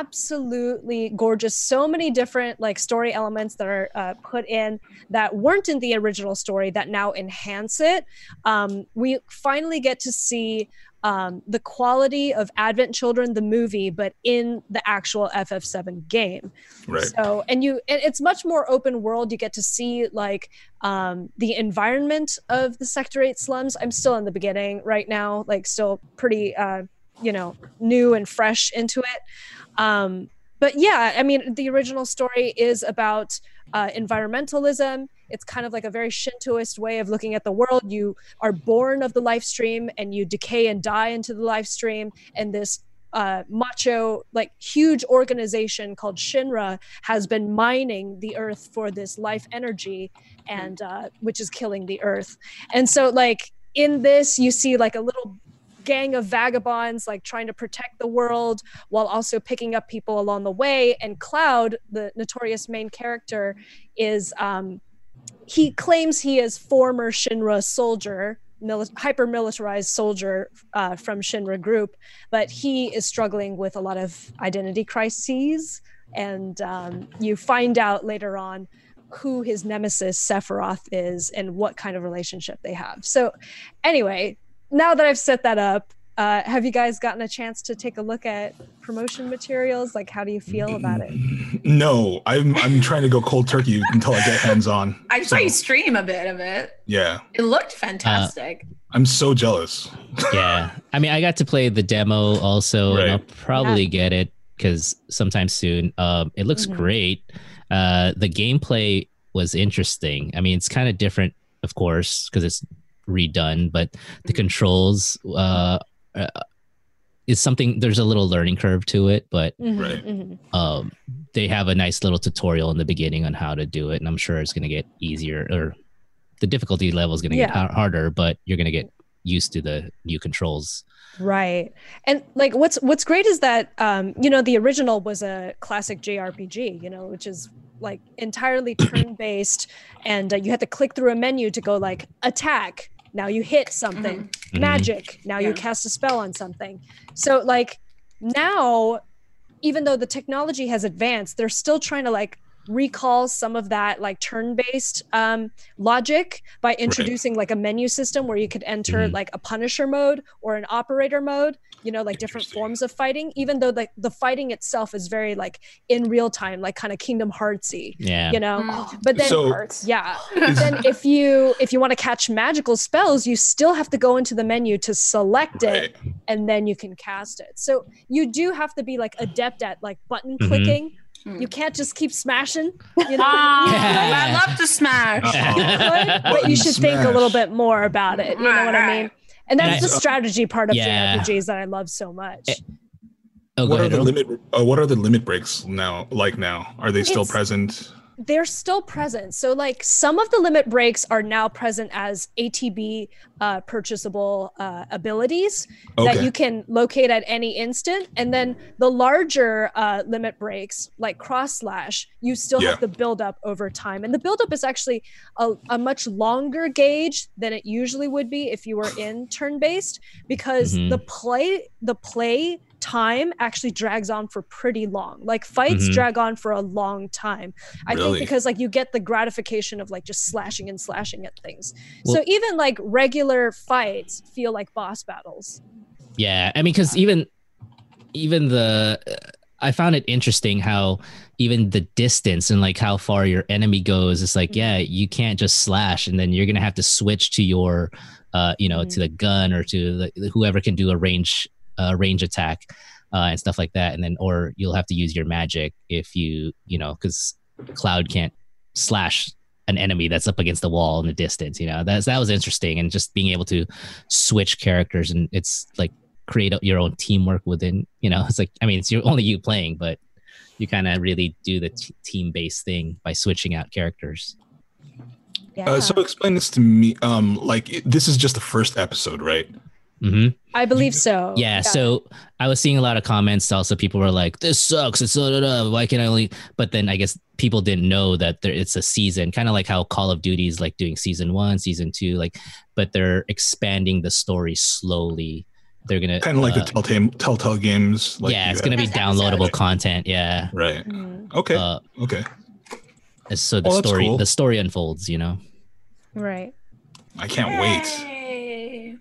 Speaker 2: absolutely gorgeous so many different like story elements that are uh, put in that weren't in the original story that now enhance it um, we finally get to see um, the quality of Advent Children, the movie, but in the actual FF7 game.
Speaker 3: <laughs>
Speaker 1: right.
Speaker 2: So, and you, and it's much more open world. You get to see like um, the environment of the Sector 8 slums. I'm still in the beginning right now, like still pretty, uh, you know, new and fresh into it. Um, but yeah, I mean, the original story is about uh, environmentalism. It's kind of like a very Shintoist way of looking at the world. You are born of the life stream and you decay and die into the life stream and this uh, macho, like huge organization called Shinra has been mining the earth for this life energy, and uh, which is killing the earth. And so, like in this, you see like a little gang of vagabonds like trying to protect the world while also picking up people along the way. And Cloud, the notorious main character, is um, he claims he is former Shinra soldier, mili- hyper militarized soldier uh, from Shinra Group, but he is struggling with a lot of identity crises. And um, you find out later on who his nemesis Sephiroth is and what kind of relationship they have. So, anyway, now that I've set that up, uh, have you guys gotten a chance to take a look at promotion materials? Like, how do you feel about it?
Speaker 1: No, I'm I'm trying to go cold turkey until I get hands on.
Speaker 3: <laughs> I saw
Speaker 1: So,
Speaker 3: you stream a bit of it.
Speaker 1: Yeah,
Speaker 3: It looked fantastic.
Speaker 1: I'm so
Speaker 3: <laughs>
Speaker 1: jealous.
Speaker 4: yeah. I mean, I got to play the demo also,
Speaker 1: Right.
Speaker 4: and I'll probably get it because sometime soon. Um, it looks
Speaker 2: Mhm.
Speaker 4: great. Uh, the gameplay was interesting. I mean, it's kind of different, of course, because it's redone, but the controls uh, uh, is something. There's a little learning curve to it, but
Speaker 2: Mhm,
Speaker 1: Right.
Speaker 2: mhm.
Speaker 4: um, they have a nice little tutorial in the beginning on how to do it, and I'm sure it's going to get easier or the difficulty level is going to get
Speaker 2: Yeah.
Speaker 4: har harder, but you're going to get used to the new controls.
Speaker 2: Right. And like what's what's great is that um you know the original was a classic JRPG, you know, which is like entirely turn-based and uh, you had to click through a menu to go like attack, now you hit something,
Speaker 1: Mm-hmm.
Speaker 4: Mhm.
Speaker 2: magic, now you
Speaker 3: Yeah.
Speaker 2: cast a spell on something. So like now even though the technology has advanced, they're still trying to like recall some of that like turn-based um, logic by introducing like a menu system where you could enter
Speaker 1: Mm-hmm.
Speaker 4: Mhm.
Speaker 2: like a punisher mode or an operator mode you know like different
Speaker 1: Interesting.
Speaker 2: forms of fighting even though like the fighting itself is very like in real time like kind of kingdom heartsy
Speaker 4: Mm-hmm. Yeah.
Speaker 2: you
Speaker 5: Uh, oh,
Speaker 2: know
Speaker 3: Mm.
Speaker 2: but then
Speaker 1: So-
Speaker 5: Hearts.
Speaker 2: yeah
Speaker 1: Is-
Speaker 2: then if you if you want to catch magical spells you still have to go into the menu to select it
Speaker 1: Right.
Speaker 2: and then you can cast it. So you do have to be like adept at like button
Speaker 4: Mhm.
Speaker 2: clicking.
Speaker 3: Mm.
Speaker 2: You can't just keep smashing. You know,
Speaker 3: Ah,
Speaker 4: Yeah.
Speaker 3: I love to smash.
Speaker 4: <laughs>
Speaker 1: Uh-oh.
Speaker 2: Good, but you
Speaker 1: Button
Speaker 2: should think a little
Speaker 1: smash.
Speaker 2: bit more about it. You know what I mean? And that's
Speaker 4: And
Speaker 2: the
Speaker 1: I-
Speaker 2: strategy part of
Speaker 4: Yeah.
Speaker 2: JRPGs that I love so much.
Speaker 4: Eh, Oh, go
Speaker 1: What are
Speaker 4: ahead.
Speaker 1: the
Speaker 4: Earl.
Speaker 1: limit? Uh, what are the limit breaks now? Like now, are they still
Speaker 2: It's-
Speaker 1: present?
Speaker 2: They're still present. So like some of the limit breaks are now present as ATB uh, purchasable uh, abilities. that
Speaker 1: Okay.
Speaker 2: you can locate at any instant. And then the larger uh, limit breaks, like cross slash, you still
Speaker 1: Yeah.
Speaker 2: have the build up over time. And the build up is actually a, a much longer gauge than it usually would be
Speaker 1: <sighs>
Speaker 2: if you were in turn based, because
Speaker 1: Mm-hmm.
Speaker 4: Mhm.
Speaker 2: the play the play time actually drags on for pretty long. Like fights
Speaker 4: Mhm.
Speaker 2: drag on for a long time. I
Speaker 1: Mm-hmm. Really?
Speaker 2: think because like you get the gratification of like just slashing and slashing at things. so
Speaker 4: Well-
Speaker 2: even like regular fights feel like boss battles.
Speaker 4: Yeah, I mean, because even even the I found it interesting how even the distance and like how far your enemy goes. It's like
Speaker 2: Mhm.
Speaker 4: yeah, you can't just slash, and then you're gonna have to switch to your, uh, you know,
Speaker 2: Mhm.
Speaker 4: to the gun or to the, whoever can do a range uh, range attack uh, and stuff like that, and then or you'll have to use your magic if you you know because Cloud can't slash an enemy that's up against the wall in the distance. You know, that's that was interesting, and just being able to switch characters and it's like create your own teamwork within you know <laughs> it's like i mean it's you only you playing but you kind of really do the t- team based thing by switching out characters
Speaker 2: Yeah.
Speaker 1: Uh, so explain this to me. Um, like it, this is just the first episode, right?
Speaker 4: hmm
Speaker 2: I believe so.
Speaker 4: yeah so i was seeing a lot of comments also people were like this sucks it's da, da, da. why can i only but then i guess people didn't know that there it's a season kind of like how call of duty is like doing season one season two like but they're expanding the story slowly they're gonna
Speaker 1: Kind of like
Speaker 4: uh,
Speaker 1: the Telltale Telltale games. Like
Speaker 4: yeah
Speaker 1: you
Speaker 4: it's gonna be
Speaker 3: Next episode.
Speaker 4: downloadable content yeah,
Speaker 1: had. right.
Speaker 2: Mhm.
Speaker 1: Okay.
Speaker 4: Uh,
Speaker 1: okay.
Speaker 4: so the
Speaker 1: Oh, that's
Speaker 4: story
Speaker 1: cool.
Speaker 4: the story unfolds you know
Speaker 2: Right.
Speaker 1: I can't wait.
Speaker 3: Yay.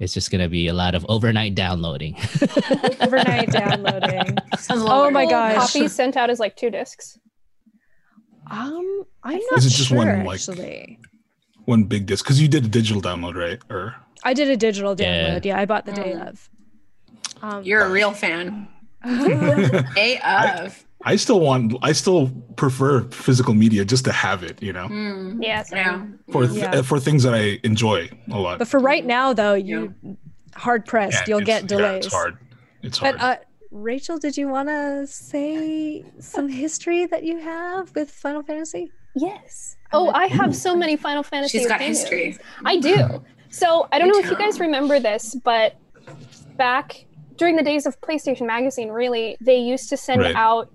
Speaker 4: It's just gonna be a lot of overnight downloading.
Speaker 3: <laughs>
Speaker 1: <laughs>
Speaker 2: Overnight downloading.
Speaker 3: Sounds a little
Speaker 2: Oh
Speaker 3: weird.
Speaker 2: my gosh.
Speaker 5: Copies sent out as like two discs.
Speaker 2: Um, I'm not
Speaker 1: Is it just
Speaker 2: sure
Speaker 1: one, like-
Speaker 2: actually.
Speaker 1: One big disc because you did a digital download, right? Or
Speaker 2: I did a digital
Speaker 4: Yeah.
Speaker 2: download. Yeah, I bought the day
Speaker 3: Mm.
Speaker 2: of. Um, <laughs>
Speaker 3: You're <laughs> a real fan. A of.
Speaker 1: I still want. I still prefer physical media just to have it. You know,
Speaker 3: Mm.
Speaker 5: Yeah, same.
Speaker 3: Yeah.
Speaker 1: for th-
Speaker 2: Yeah.
Speaker 1: for things that I enjoy a lot.
Speaker 2: but for right now, though, you hard pressed.
Speaker 1: Yeah,
Speaker 2: You'll
Speaker 1: it's-
Speaker 2: get
Speaker 1: yeah,
Speaker 2: delays.
Speaker 1: it's hard. It's hard.
Speaker 2: But uh, Rachel, did you want to say some history that you have with Final Fantasy?
Speaker 5: Yes. Oh, I have so many Final Fantasy.
Speaker 3: She's got
Speaker 5: opinions.
Speaker 3: history.
Speaker 5: I do. So I don't
Speaker 3: You
Speaker 5: know if
Speaker 3: do.
Speaker 5: you guys remember this, but back during the days of PlayStation Magazine, really, they used to send
Speaker 1: Right.
Speaker 5: out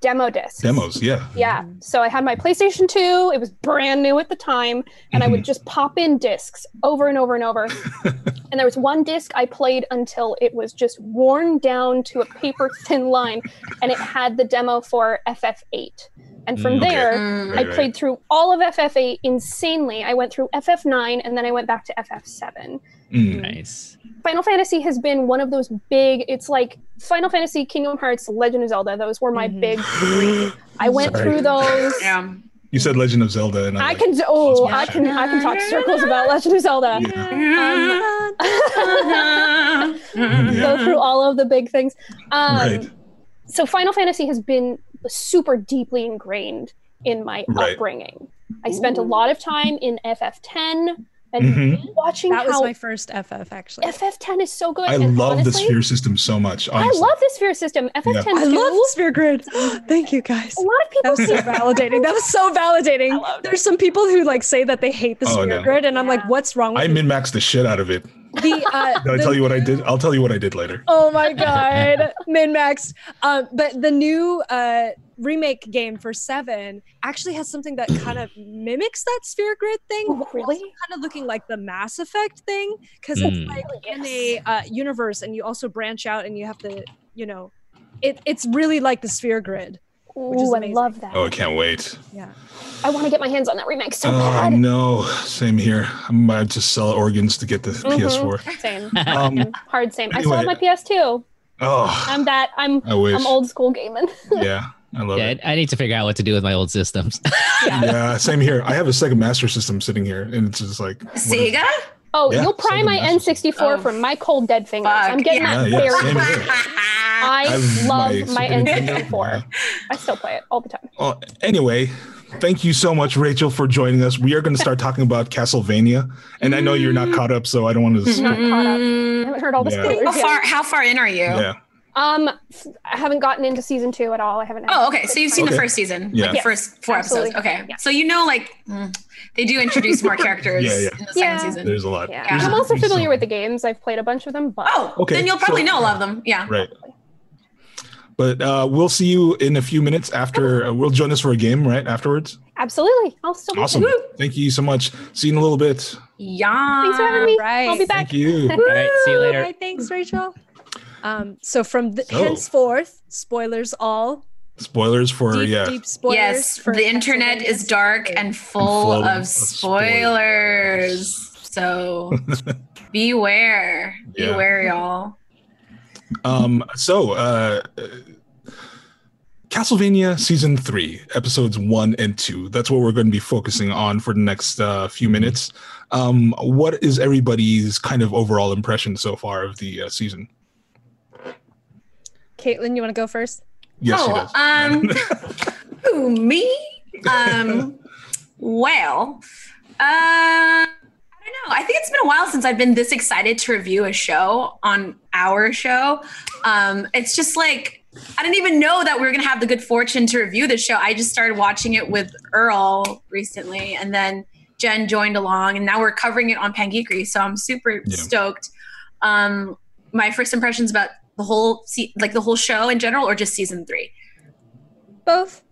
Speaker 5: demo discs.
Speaker 1: Demos, yeah.
Speaker 5: Yeah. So I had my PlayStation 2. It was brand new at the time. And I would just pop in discs over and over and over. and there was one disc I played until it was just worn down to a paper thin line. And it had the demo for FF8. And from
Speaker 4: Mm, okay.
Speaker 5: there,
Speaker 3: Mm.
Speaker 1: Right,
Speaker 5: I
Speaker 1: right.
Speaker 5: played through all of FF8 insanely. I went through FF9 and then I went back to FF7.
Speaker 1: Mm.
Speaker 4: Nice.
Speaker 5: Final Fantasy has been one of those big, it's like Final Fantasy, Kingdom Hearts, Legend of Zelda. Those were my
Speaker 2: Mhm.
Speaker 5: big three. I went
Speaker 1: Sorry.
Speaker 5: through those.
Speaker 3: Yeah.
Speaker 5: <laughs>
Speaker 1: You said Legend of Zelda, and I'm
Speaker 5: I
Speaker 1: like,
Speaker 5: can oh
Speaker 1: Yeah.
Speaker 5: I can I can talk circles about Legend of Zelda. <laughs>
Speaker 1: Yeah.
Speaker 3: Uh-huh.
Speaker 1: <laughs>
Speaker 5: Go through all of the big things. Um,
Speaker 1: Right.
Speaker 5: So Final Fantasy has been super deeply ingrained in my
Speaker 1: Right.
Speaker 5: upbringing. I spent a lot of time in FF10 and
Speaker 1: Mhm.
Speaker 5: watching
Speaker 2: That was
Speaker 5: how
Speaker 2: my first FF, actually.
Speaker 5: FF10 is so good.
Speaker 1: I
Speaker 5: and
Speaker 1: love the
Speaker 5: honestly,
Speaker 1: sphere system so much. Honestly.
Speaker 5: I love the sphere system. FF10
Speaker 2: I
Speaker 5: too.
Speaker 2: love Sphere Grid. <gasps> Thank you, guys.
Speaker 5: a lot of
Speaker 2: That
Speaker 5: people
Speaker 2: was
Speaker 5: <laughs>
Speaker 2: so
Speaker 5: say
Speaker 2: validating. That was so validating. There's some people who like say that they hate the
Speaker 1: Oh,
Speaker 2: Sphere
Speaker 1: no.
Speaker 2: Grid, and I'm like, what's wrong with
Speaker 1: I
Speaker 2: you?
Speaker 1: min maxed the shit out of it.
Speaker 2: the,
Speaker 1: <laughs>
Speaker 2: uh,
Speaker 1: Did I
Speaker 2: the-
Speaker 1: tell you what I did? I'll tell you what I did later.
Speaker 2: Oh my god, <laughs> min maxed. Um, but the new uh, remake game for Seven actually has something that kind of mimics that sphere grid thing.
Speaker 5: Oh,
Speaker 2: but
Speaker 5: really?
Speaker 2: also Kind of looking like the Mass Effect thing because
Speaker 4: Mm.
Speaker 1: Hmm.
Speaker 2: it's like in a uh, universe, and you also branch out, and you have to, you know, it, it's really like the sphere grid. which is
Speaker 5: Ooh, I
Speaker 2: amazing.
Speaker 5: love that.
Speaker 1: Oh, I can't wait.
Speaker 2: Yeah.
Speaker 5: I want to get my hands on that remake so
Speaker 1: oh, I
Speaker 5: bad.
Speaker 1: know. Same here. I might just sell organs to get the
Speaker 5: Mhm.
Speaker 1: PS4.
Speaker 5: Same. <laughs>
Speaker 1: Um,
Speaker 5: Hard same. I still have my
Speaker 1: Anyway.
Speaker 5: PS2.
Speaker 1: oh,
Speaker 5: I'm that I'm
Speaker 1: I wish.
Speaker 5: I'm old school gaming.
Speaker 1: Yeah, I love
Speaker 4: Yeah,
Speaker 1: it.
Speaker 4: I I need to figure out what to do with my old systems. <laughs>
Speaker 1: Yeah, same here. I have a Sega Master System sitting here, and it's just like what is-
Speaker 3: Sega?
Speaker 5: Oh,
Speaker 1: Yeah,
Speaker 5: you'll pry
Speaker 1: Sega
Speaker 5: my
Speaker 1: Master
Speaker 5: N64
Speaker 3: Oh,
Speaker 5: from my cold dead fingers.
Speaker 3: fuck,
Speaker 5: I'm getting
Speaker 1: yeah.
Speaker 5: that
Speaker 1: Yeah, yeah,
Speaker 5: very
Speaker 1: same here. I
Speaker 5: I
Speaker 1: have
Speaker 5: love my
Speaker 1: Super Nintendo.
Speaker 5: N64.
Speaker 1: Yeah.
Speaker 5: I still play it all the time.
Speaker 1: Well, anyway, thank you so much, Rachel, for joining us. We are going to start talking about Castlevania, and I know you're
Speaker 5: Mm-hmm.
Speaker 1: not caught up, so I don't want to.
Speaker 5: Not caught up. I haven't heard all the
Speaker 1: Yeah.
Speaker 5: spoilers
Speaker 3: Mm. How
Speaker 5: yet.
Speaker 3: Oh, far how far in are you?
Speaker 1: Yeah,
Speaker 5: Um, f- I haven't gotten into season two at all. I haven't.
Speaker 3: Oh, okay. So you've seen
Speaker 1: Okay.
Speaker 3: the first season,
Speaker 1: Yeah.
Speaker 3: like the
Speaker 5: Yes,
Speaker 3: first four
Speaker 5: absolutely.
Speaker 3: episodes. Okay.
Speaker 5: Yeah.
Speaker 3: So you know, like, mm, they do introduce
Speaker 1: <laughs>
Speaker 3: more characters
Speaker 1: Yeah, yeah.
Speaker 3: in the second
Speaker 5: Yeah.
Speaker 3: season.
Speaker 1: there's a lot.
Speaker 5: Yeah.
Speaker 1: There's
Speaker 5: I'm
Speaker 1: a-
Speaker 5: also
Speaker 1: there's
Speaker 5: familiar
Speaker 1: so-
Speaker 5: with the games. I've played a bunch of them, but
Speaker 3: Oh,
Speaker 1: Okay,
Speaker 3: then you'll probably
Speaker 1: so-
Speaker 3: know a lot of them. Yeah.
Speaker 1: Right. But uh, we'll see you in a few minutes after. Uh, we'll join us for a game right afterwards.
Speaker 5: absolutely, I'll still. be
Speaker 1: Awesome.
Speaker 5: there.
Speaker 1: Thank you so much. See you in a little bit.
Speaker 3: Yeah.
Speaker 5: Thanks for having me.
Speaker 2: Right.
Speaker 5: I'll be back.
Speaker 1: Thank you.
Speaker 2: <laughs>
Speaker 4: All right, see you later.
Speaker 2: Hi, thanks, Rachel. Um, so from th-
Speaker 1: So-
Speaker 2: henceforth, spoilers all.
Speaker 1: Spoilers for
Speaker 2: Deep,
Speaker 1: yeah.
Speaker 2: deep spoilers.
Speaker 3: yes,
Speaker 2: for
Speaker 3: the internet
Speaker 2: Castlevania.
Speaker 3: is dark and full,
Speaker 1: full
Speaker 3: of,
Speaker 1: of
Speaker 3: spoilers. <laughs> So beware.
Speaker 1: Yeah.
Speaker 3: Beware, y'all.
Speaker 1: Um, so, uh, Castlevania Season 3, Episodes 1 and 2. That's what we're going to be focusing on for the next uh,
Speaker 2: Mm-hmm.
Speaker 1: few minutes. Um, what is everybody's kind of overall impression so far of the uh, season?
Speaker 2: Caitlin, you want to go first?
Speaker 1: Yes,
Speaker 3: oh,
Speaker 1: it is.
Speaker 3: um, <laughs> who me? <laughs> Um, well, uh, I don't know. I think it's been a while since I've been this excited to review a show on our show. Um, it's just like I didn't even know that we were gonna have the good fortune to review this show. I just started watching it with Earl recently, and then Jen joined along, and now we're covering it on Pangeekery. So I'm super
Speaker 1: Yeah.
Speaker 3: stoked. Um, my first impressions about the whole se- like the whole show in general, or just season three.
Speaker 2: Both.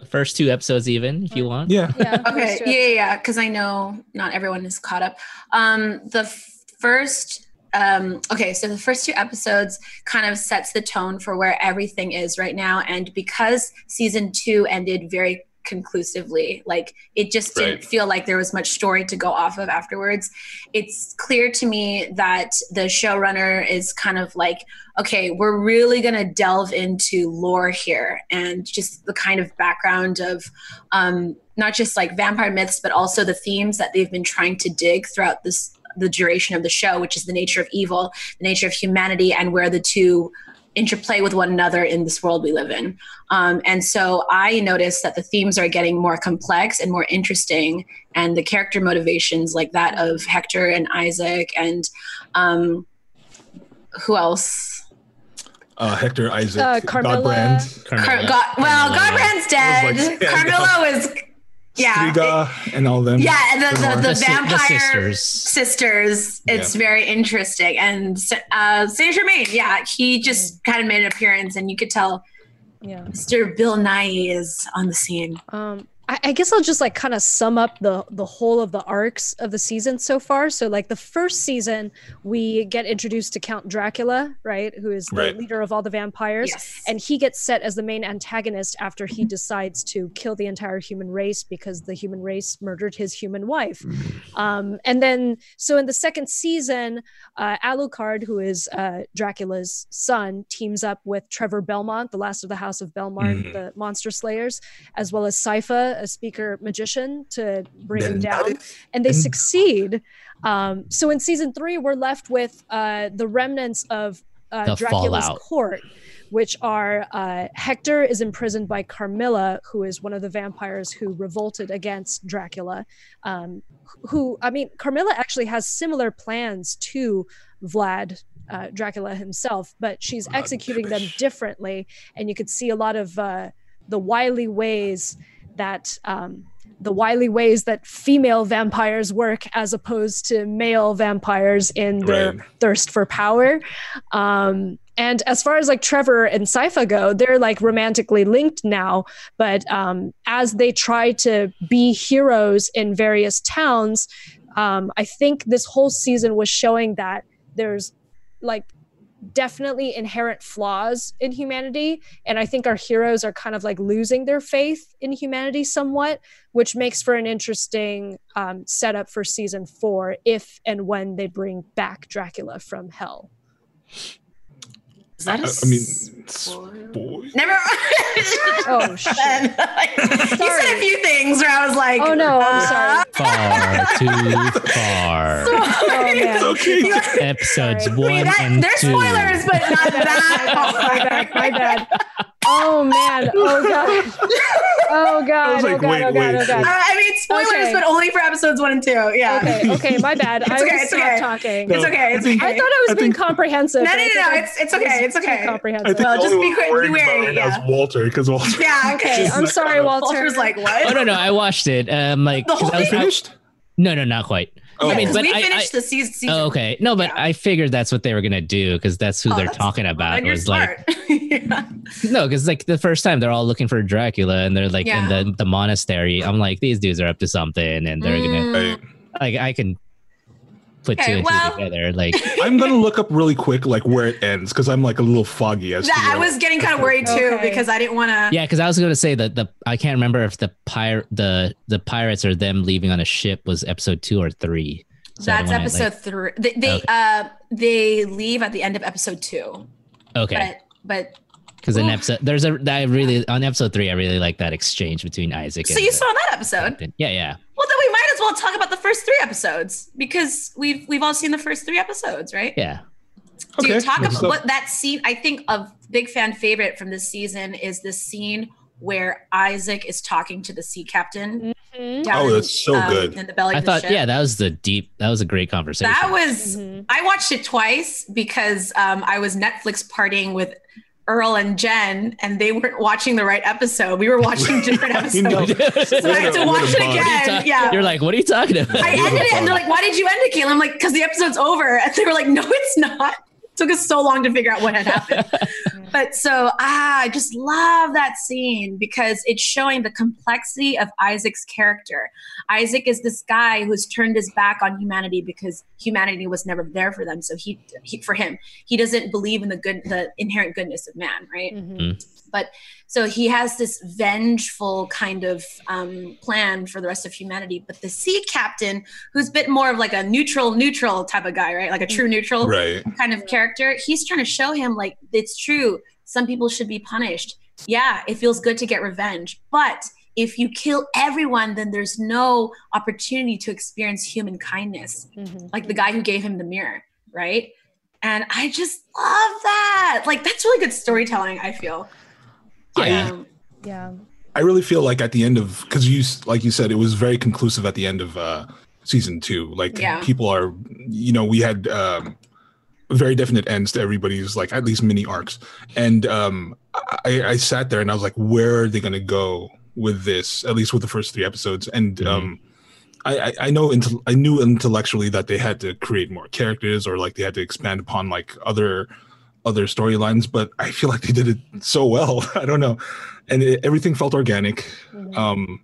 Speaker 4: The first two episodes, even if you
Speaker 1: <laughs>
Speaker 4: want.
Speaker 1: yeah.
Speaker 2: Yeah.
Speaker 3: Okay. Yeah, yeah, yeah. Because I know not everyone is caught up. Um, the f- first, um, okay, so the first two episodes kind of sets the tone for where everything is right now, and because season two ended very conclusively, like it just didn't
Speaker 1: Right.
Speaker 3: feel like there was much story to go off of afterwards. It's clear to me that the showrunner is kind of like okay, we're really going to delve into lore here and just the kind of background of um, not just like vampire myths, but also the themes that they've been trying to dig throughout this the duration of the show, which is the nature of evil, the nature of humanity, and where the two interplay with one another in this world we live in. Um, and so I noticed that the themes are getting more complex and more interesting, and the character motivations, like that of Hector and Isaac, and um, who else?
Speaker 1: uh, Hector Isaac
Speaker 2: Uh, Carmilla.
Speaker 1: Godbrand,
Speaker 3: Car- God, well, Godbrand's dead.
Speaker 1: was like- <laughs> yeah,
Speaker 3: Carmilla was, yeah,
Speaker 1: Striga, and all them.
Speaker 3: yeah, and the the, the,
Speaker 4: The si- the
Speaker 3: vampire
Speaker 4: sisters.
Speaker 3: sisters. It's very interesting. And uh, Saint Germain, yeah, he
Speaker 2: Mm.
Speaker 3: just kind of made an appearance, and you could tell
Speaker 2: Yeah.
Speaker 3: Mr. Bill Nye is on the scene.
Speaker 2: Um, I, I guess I'll just like kind of sum up the the whole of the arcs of the season so far. So like the first season, we get introduced to Count Dracula, right, who is the
Speaker 1: Right.
Speaker 2: leader of all the vampires,
Speaker 3: Yes.
Speaker 2: and he gets set as the main antagonist after
Speaker 1: Mm-hmm.
Speaker 2: he decides to kill the entire human race because the human race murdered his human wife.
Speaker 1: Mm-hmm.
Speaker 2: Um, and then, so in the second season, uh, Alucard, who is uh, Dracula's son, teams up with Trevor Belmont, the last of the House of Belmont,
Speaker 1: Mhm.
Speaker 2: the Monster Slayers, as well as Sypha, a speaker magician, to bring him
Speaker 1: Then
Speaker 2: down
Speaker 1: that is-
Speaker 2: and they
Speaker 1: And-
Speaker 2: succeed. Um, so in season three, we're left with uh, the remnants of uh,
Speaker 4: The
Speaker 2: Dracula's
Speaker 4: fallout.
Speaker 2: court, which are uh, Hector is imprisoned by Carmilla, who is one of the vampires who revolted against Dracula. Um, who, I mean, Carmilla actually has similar plans to Vlad. Uh, Dracula himself, but she's
Speaker 1: Vlad
Speaker 2: executing them
Speaker 1: Tepes.
Speaker 2: differently, and you could see a lot of uh, the wily ways that um, the wily ways that female vampires work as opposed to male vampires in their
Speaker 1: Right.
Speaker 2: thirst for power. Um, and as far as like Trevor and Sypha go, they're like romantically linked now. But um, as they try to be heroes in various towns, um, I think this whole season was showing that there's like definitely inherent flaws in humanity. And I think our heroes are kind of like losing their faith in humanity somewhat which makes for an interesting um, setup for season four if and when they bring back Dracula from hell.
Speaker 3: Is that a
Speaker 1: I, I mean,
Speaker 3: spoil?
Speaker 1: boy.
Speaker 3: Never. <laughs>
Speaker 2: <laughs> Oh, shit.
Speaker 3: Ben, like, you said
Speaker 2: Sorry.
Speaker 3: a few things where I was like,
Speaker 2: Oh, no, I'm
Speaker 3: uh, <laughs>
Speaker 2: sorry.
Speaker 4: Far too far.
Speaker 2: Oh,
Speaker 1: It's
Speaker 2: man.
Speaker 1: okay.
Speaker 3: You-
Speaker 4: Episodes
Speaker 2: Sorry.
Speaker 4: one
Speaker 3: Wait, that-
Speaker 4: and
Speaker 3: there's
Speaker 4: two.
Speaker 3: spoilers, but not that. Uh,
Speaker 2: my <laughs> bad, my bad. Oh, man. Oh,
Speaker 3: <laughs>
Speaker 2: God. Oh,
Speaker 1: I
Speaker 2: God.
Speaker 1: was
Speaker 2: Oh,
Speaker 1: like,
Speaker 2: God.
Speaker 1: wait,
Speaker 2: Oh, God.
Speaker 1: wait,
Speaker 2: Oh, God.
Speaker 3: Uh, I mean, spoilers,
Speaker 2: Okay.
Speaker 3: but only for episodes one and two. Yeah.
Speaker 2: Okay. Okay. My
Speaker 3: <laughs>
Speaker 2: bad. I
Speaker 3: okay,
Speaker 2: will
Speaker 3: it's
Speaker 2: stop
Speaker 3: okay.
Speaker 2: talking.
Speaker 1: No,
Speaker 3: It's okay. It's
Speaker 1: I
Speaker 3: okay.
Speaker 1: think-
Speaker 2: I thought I was
Speaker 1: I
Speaker 2: being
Speaker 1: think-
Speaker 2: comprehensive.
Speaker 3: No,
Speaker 2: but
Speaker 3: no,
Speaker 2: I
Speaker 3: no,
Speaker 2: think
Speaker 3: no,
Speaker 2: I'm
Speaker 3: it's- it's okay,
Speaker 2: too
Speaker 3: it's okay.
Speaker 1: I
Speaker 2: Comprehensive.
Speaker 1: think
Speaker 3: Well,
Speaker 1: the
Speaker 3: just
Speaker 1: only
Speaker 3: be
Speaker 1: one
Speaker 3: quick-
Speaker 1: worried
Speaker 3: be wary,
Speaker 1: about it
Speaker 3: yeah.
Speaker 1: is Walter because Walter.
Speaker 3: <laughs> yeah. Okay.
Speaker 1: <laughs>
Speaker 2: I'm sorry, Walter.
Speaker 3: Walter's like, what?
Speaker 4: Oh no no! I watched it. Um, like
Speaker 3: The
Speaker 4: 'cause
Speaker 3: whole
Speaker 4: I was,
Speaker 3: thing?
Speaker 4: I-
Speaker 1: Finished?
Speaker 4: no no not quite.
Speaker 1: Oh,
Speaker 3: Yeah,
Speaker 4: I
Speaker 1: <laughs>
Speaker 4: mean,
Speaker 3: 'cause
Speaker 4: but
Speaker 3: we
Speaker 4: I-
Speaker 3: finished
Speaker 4: I-
Speaker 3: the season. season.
Speaker 4: Oh, okay, no, but
Speaker 3: Yeah.
Speaker 4: I figured that's what they were gonna do because that's who
Speaker 3: Oh,
Speaker 4: they're
Speaker 3: that's
Speaker 4: talking
Speaker 3: And
Speaker 4: about.
Speaker 3: you're
Speaker 4: Was like
Speaker 3: smart. <laughs> yeah.
Speaker 4: no, because like the first time they're all looking for Dracula and they're like
Speaker 3: Yeah.
Speaker 4: in the, the monastery. I'm like these dudes are up to something and they're gonna
Speaker 1: Right.
Speaker 4: like I can put two
Speaker 3: Mm. Okay,
Speaker 4: and
Speaker 3: well-
Speaker 4: two
Speaker 3: <laughs>
Speaker 4: together. Like
Speaker 1: I'm gonna look up really quick like where it ends because I'm like a little foggy as
Speaker 3: That,
Speaker 1: to
Speaker 3: I
Speaker 1: where-
Speaker 3: was getting kind of worried too
Speaker 2: Okay.
Speaker 3: because I didn't want to.
Speaker 4: yeah, because I was gonna say that the I can't remember if the pirate the the pirates or them leaving on a ship was episode two or three. So I don't
Speaker 3: That's
Speaker 4: wanna,
Speaker 3: episode three. They they,
Speaker 4: Okay.
Speaker 3: uh, they leave at the end of episode two,
Speaker 4: Like, okay.
Speaker 3: but
Speaker 4: Because in
Speaker 3: Ooh.
Speaker 4: episode, there's a I really on episode three, I really like that exchange between Isaac.
Speaker 3: but so
Speaker 4: and
Speaker 3: you
Speaker 4: the
Speaker 3: saw that episode.
Speaker 4: captain. Yeah, yeah.
Speaker 3: Well, then we might as well talk about the first three episodes because we've we've all seen the first three episodes, right?
Speaker 4: Yeah.
Speaker 3: Do you talk about
Speaker 1: so-
Speaker 3: what that scene? I think of big fan favorite from this season is the scene where Isaac is talking to the sea captain.
Speaker 2: Mhm.
Speaker 3: down
Speaker 1: Oh,
Speaker 3: in- um,
Speaker 1: that's so good.
Speaker 3: In the belly
Speaker 4: I
Speaker 3: of the
Speaker 4: thought,
Speaker 3: ship.
Speaker 4: yeah, that was the deep, that was a great conversation.
Speaker 3: that was.
Speaker 2: Mhm.
Speaker 3: I watched it twice because um, I was Netflix partying with Earl and Jen, and they weren't watching the right
Speaker 1: <laughs>
Speaker 3: episode. We were watching different
Speaker 1: You know.
Speaker 3: episodes, so I
Speaker 1: What
Speaker 3: had
Speaker 1: a-
Speaker 3: to
Speaker 1: what a
Speaker 3: watch it
Speaker 4: Oh,
Speaker 1: bug.
Speaker 3: again. Yeah.
Speaker 4: You're like, what are you talking about?
Speaker 3: I
Speaker 1: What a
Speaker 3: ended it, and they're
Speaker 1: bug.
Speaker 3: like, "Why did you end it, Kayla?" I'm like, "Cause the episode's over." <laughs> And they were like, "No, it's not." It took us so long to figure out what had happened. but so ah, I just love that scene because it's showing the complexity of Isaac's character. Isaac is this guy who's turned his back on humanity because humanity was never there for them. So he, he for him, he doesn't believe in the good, the inherent goodness of man, right?
Speaker 2: Mhm.
Speaker 3: So he has this vengeful kind of um, plan for the rest of humanity. But the sea captain, who's a bit more of like a neutral, neutral type of guy, right? Like a true neutral
Speaker 1: Right.
Speaker 3: kind of character, he's trying to show him like it's true. Some people should be punished. Yeah, it feels good to get revenge. But if you kill everyone, then there's no opportunity to experience human kindness
Speaker 2: Mhm.
Speaker 3: like the guy who gave him the mirror, right? And I just love that. Like that's really good storytelling. I feel.
Speaker 1: Yeah.
Speaker 3: Um,
Speaker 2: Yeah.
Speaker 1: I really feel like at the end of because you s- like you said it was very conclusive at the end of uh season two. Like
Speaker 3: Yeah.
Speaker 1: people are you know we had um very definite ends to everybody's like at least mini arcs. And um, I, I sat there and I was like, where are they going to go with this? At least with the first three episodes. And
Speaker 4: Mhm.
Speaker 1: um, I, I- I know intel- I knew intellectually that they had to create more characters or like they had to expand upon like other other storylines, but I feel like they did it so well. <laughs> I don't know, and it, everything felt organic.
Speaker 2: Mm-hmm.
Speaker 1: Um,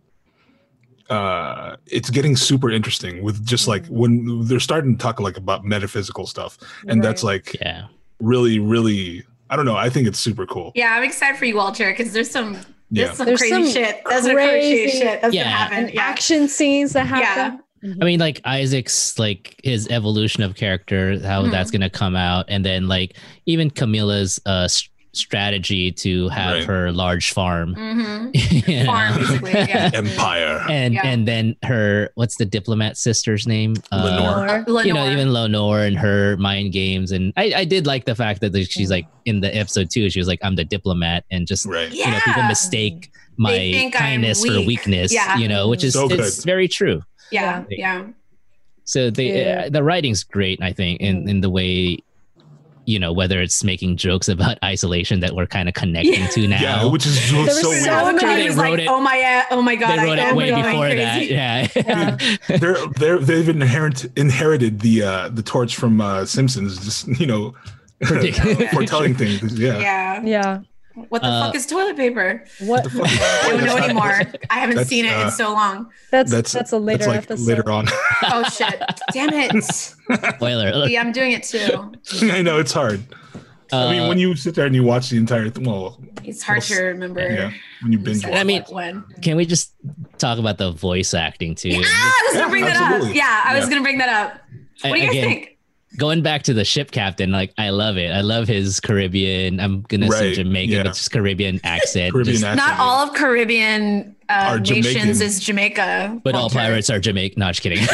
Speaker 1: uh, it's getting super interesting with just like
Speaker 2: Mhm.
Speaker 1: when they're starting to talk like about metaphysical stuff, and that's like
Speaker 4: <laughs> Yeah.
Speaker 1: really, really. I don't know. I think it's super cool.
Speaker 3: Yeah, I'm excited for you, Walter, because there's some
Speaker 1: Yeah.
Speaker 3: there's some
Speaker 2: There's
Speaker 3: crazy
Speaker 2: some
Speaker 3: shit. There's some
Speaker 2: crazy-
Speaker 3: crazy shit that's
Speaker 4: Yeah.
Speaker 3: gonna happen.
Speaker 2: and
Speaker 3: Yeah.
Speaker 2: action scenes that
Speaker 3: yeah.
Speaker 2: happen.
Speaker 4: I mean, like Isaac's like his evolution of character, how
Speaker 3: Mhm.
Speaker 4: that's gonna come out, and then like even Camilla's uh s- strategy to have
Speaker 1: Right.
Speaker 4: her large farm,
Speaker 3: Mm-hmm.
Speaker 4: <laughs> you know?
Speaker 3: Farm, basically. Yeah.
Speaker 1: Empire.
Speaker 4: and
Speaker 3: Yeah.
Speaker 4: and then her what's the diplomat sister's name? Uh,
Speaker 1: Lenore.
Speaker 2: Lenore.
Speaker 3: Uh, Lenore.
Speaker 4: You know, even Lenore and her mind games, and I, I did like the fact that
Speaker 3: Mm.
Speaker 4: she's like in the episode two, she was like, "I'm the diplomat," and just
Speaker 1: Right.
Speaker 3: yeah.
Speaker 4: you know, people mistake my
Speaker 3: think I'm
Speaker 4: kindness for
Speaker 3: weak.
Speaker 4: weakness,
Speaker 3: Yeah.
Speaker 4: you know, which is
Speaker 1: So good.
Speaker 4: it's very true.
Speaker 3: yeah. Yeah.
Speaker 4: So they
Speaker 2: Yeah.
Speaker 4: uh, the writing's great, I think, in
Speaker 2: Mm.
Speaker 4: in the way you know whether it's making jokes about <laughs> isolation that we're kind of connecting to now.
Speaker 1: Yeah, which is so,
Speaker 2: There was
Speaker 1: so
Speaker 2: so
Speaker 1: weird.
Speaker 3: So
Speaker 2: many-
Speaker 3: many
Speaker 4: They
Speaker 3: was
Speaker 4: wrote
Speaker 3: like,
Speaker 4: it-
Speaker 3: oh my, uh, oh my god,
Speaker 4: they wrote
Speaker 3: I
Speaker 4: it
Speaker 3: am
Speaker 4: way
Speaker 3: going
Speaker 4: before that.
Speaker 3: crazy.
Speaker 4: Yeah.
Speaker 3: <laughs> Yeah.
Speaker 1: they're they're they've inherent inherited the uh the torch from uh Simpsons just you know <laughs>
Speaker 4: Predict-
Speaker 1: foretelling things yeah,
Speaker 3: Yeah.
Speaker 2: Yeah.
Speaker 3: What the
Speaker 4: Uh,
Speaker 3: fuck is toilet paper?
Speaker 2: What? <laughs>
Speaker 1: The fuck?
Speaker 3: I
Speaker 4: <laughs>
Speaker 3: don't know
Speaker 1: That's-
Speaker 3: anymore. I haven't
Speaker 1: that's,
Speaker 3: seen it
Speaker 1: uh,
Speaker 3: in so long.
Speaker 2: That's
Speaker 1: that's
Speaker 2: that's, a later
Speaker 1: that's like
Speaker 2: episode.
Speaker 1: later on <laughs>
Speaker 3: Oh
Speaker 4: <laughs>
Speaker 3: shit! Damn it!
Speaker 4: Spoiler.
Speaker 3: <laughs>
Speaker 4: alert.
Speaker 3: Yeah, I'm doing it too.
Speaker 1: I know it's hard I mean
Speaker 4: Uh,
Speaker 1: when you sit there and you watch the entire th- well
Speaker 3: It's hard to remember.
Speaker 1: yeah when you binge
Speaker 3: Besides
Speaker 1: watch
Speaker 4: I mean-
Speaker 3: what- when.
Speaker 4: can we just talk about the voice acting too?
Speaker 3: Yeah, Ah, I was
Speaker 1: Yeah,
Speaker 3: gonna bring that up.
Speaker 1: absolutely.
Speaker 3: Yeah, I was
Speaker 1: Yeah.
Speaker 3: gonna bring that up. What do you guys
Speaker 4: Again,
Speaker 3: think?
Speaker 4: going back to the ship captain, like I love it. I love his Caribbean. I'm gonna
Speaker 1: Right,
Speaker 4: say Jamaican,
Speaker 1: yeah.
Speaker 4: but just Caribbean accent.
Speaker 1: Caribbean
Speaker 4: just-
Speaker 1: accent
Speaker 3: Not all of Caribbean uh,
Speaker 1: Are
Speaker 3: nations
Speaker 1: Jamaican.
Speaker 3: is Jamaica.
Speaker 4: but all
Speaker 3: Walter.
Speaker 4: pirates are Jamaican. No, just kidding. <laughs>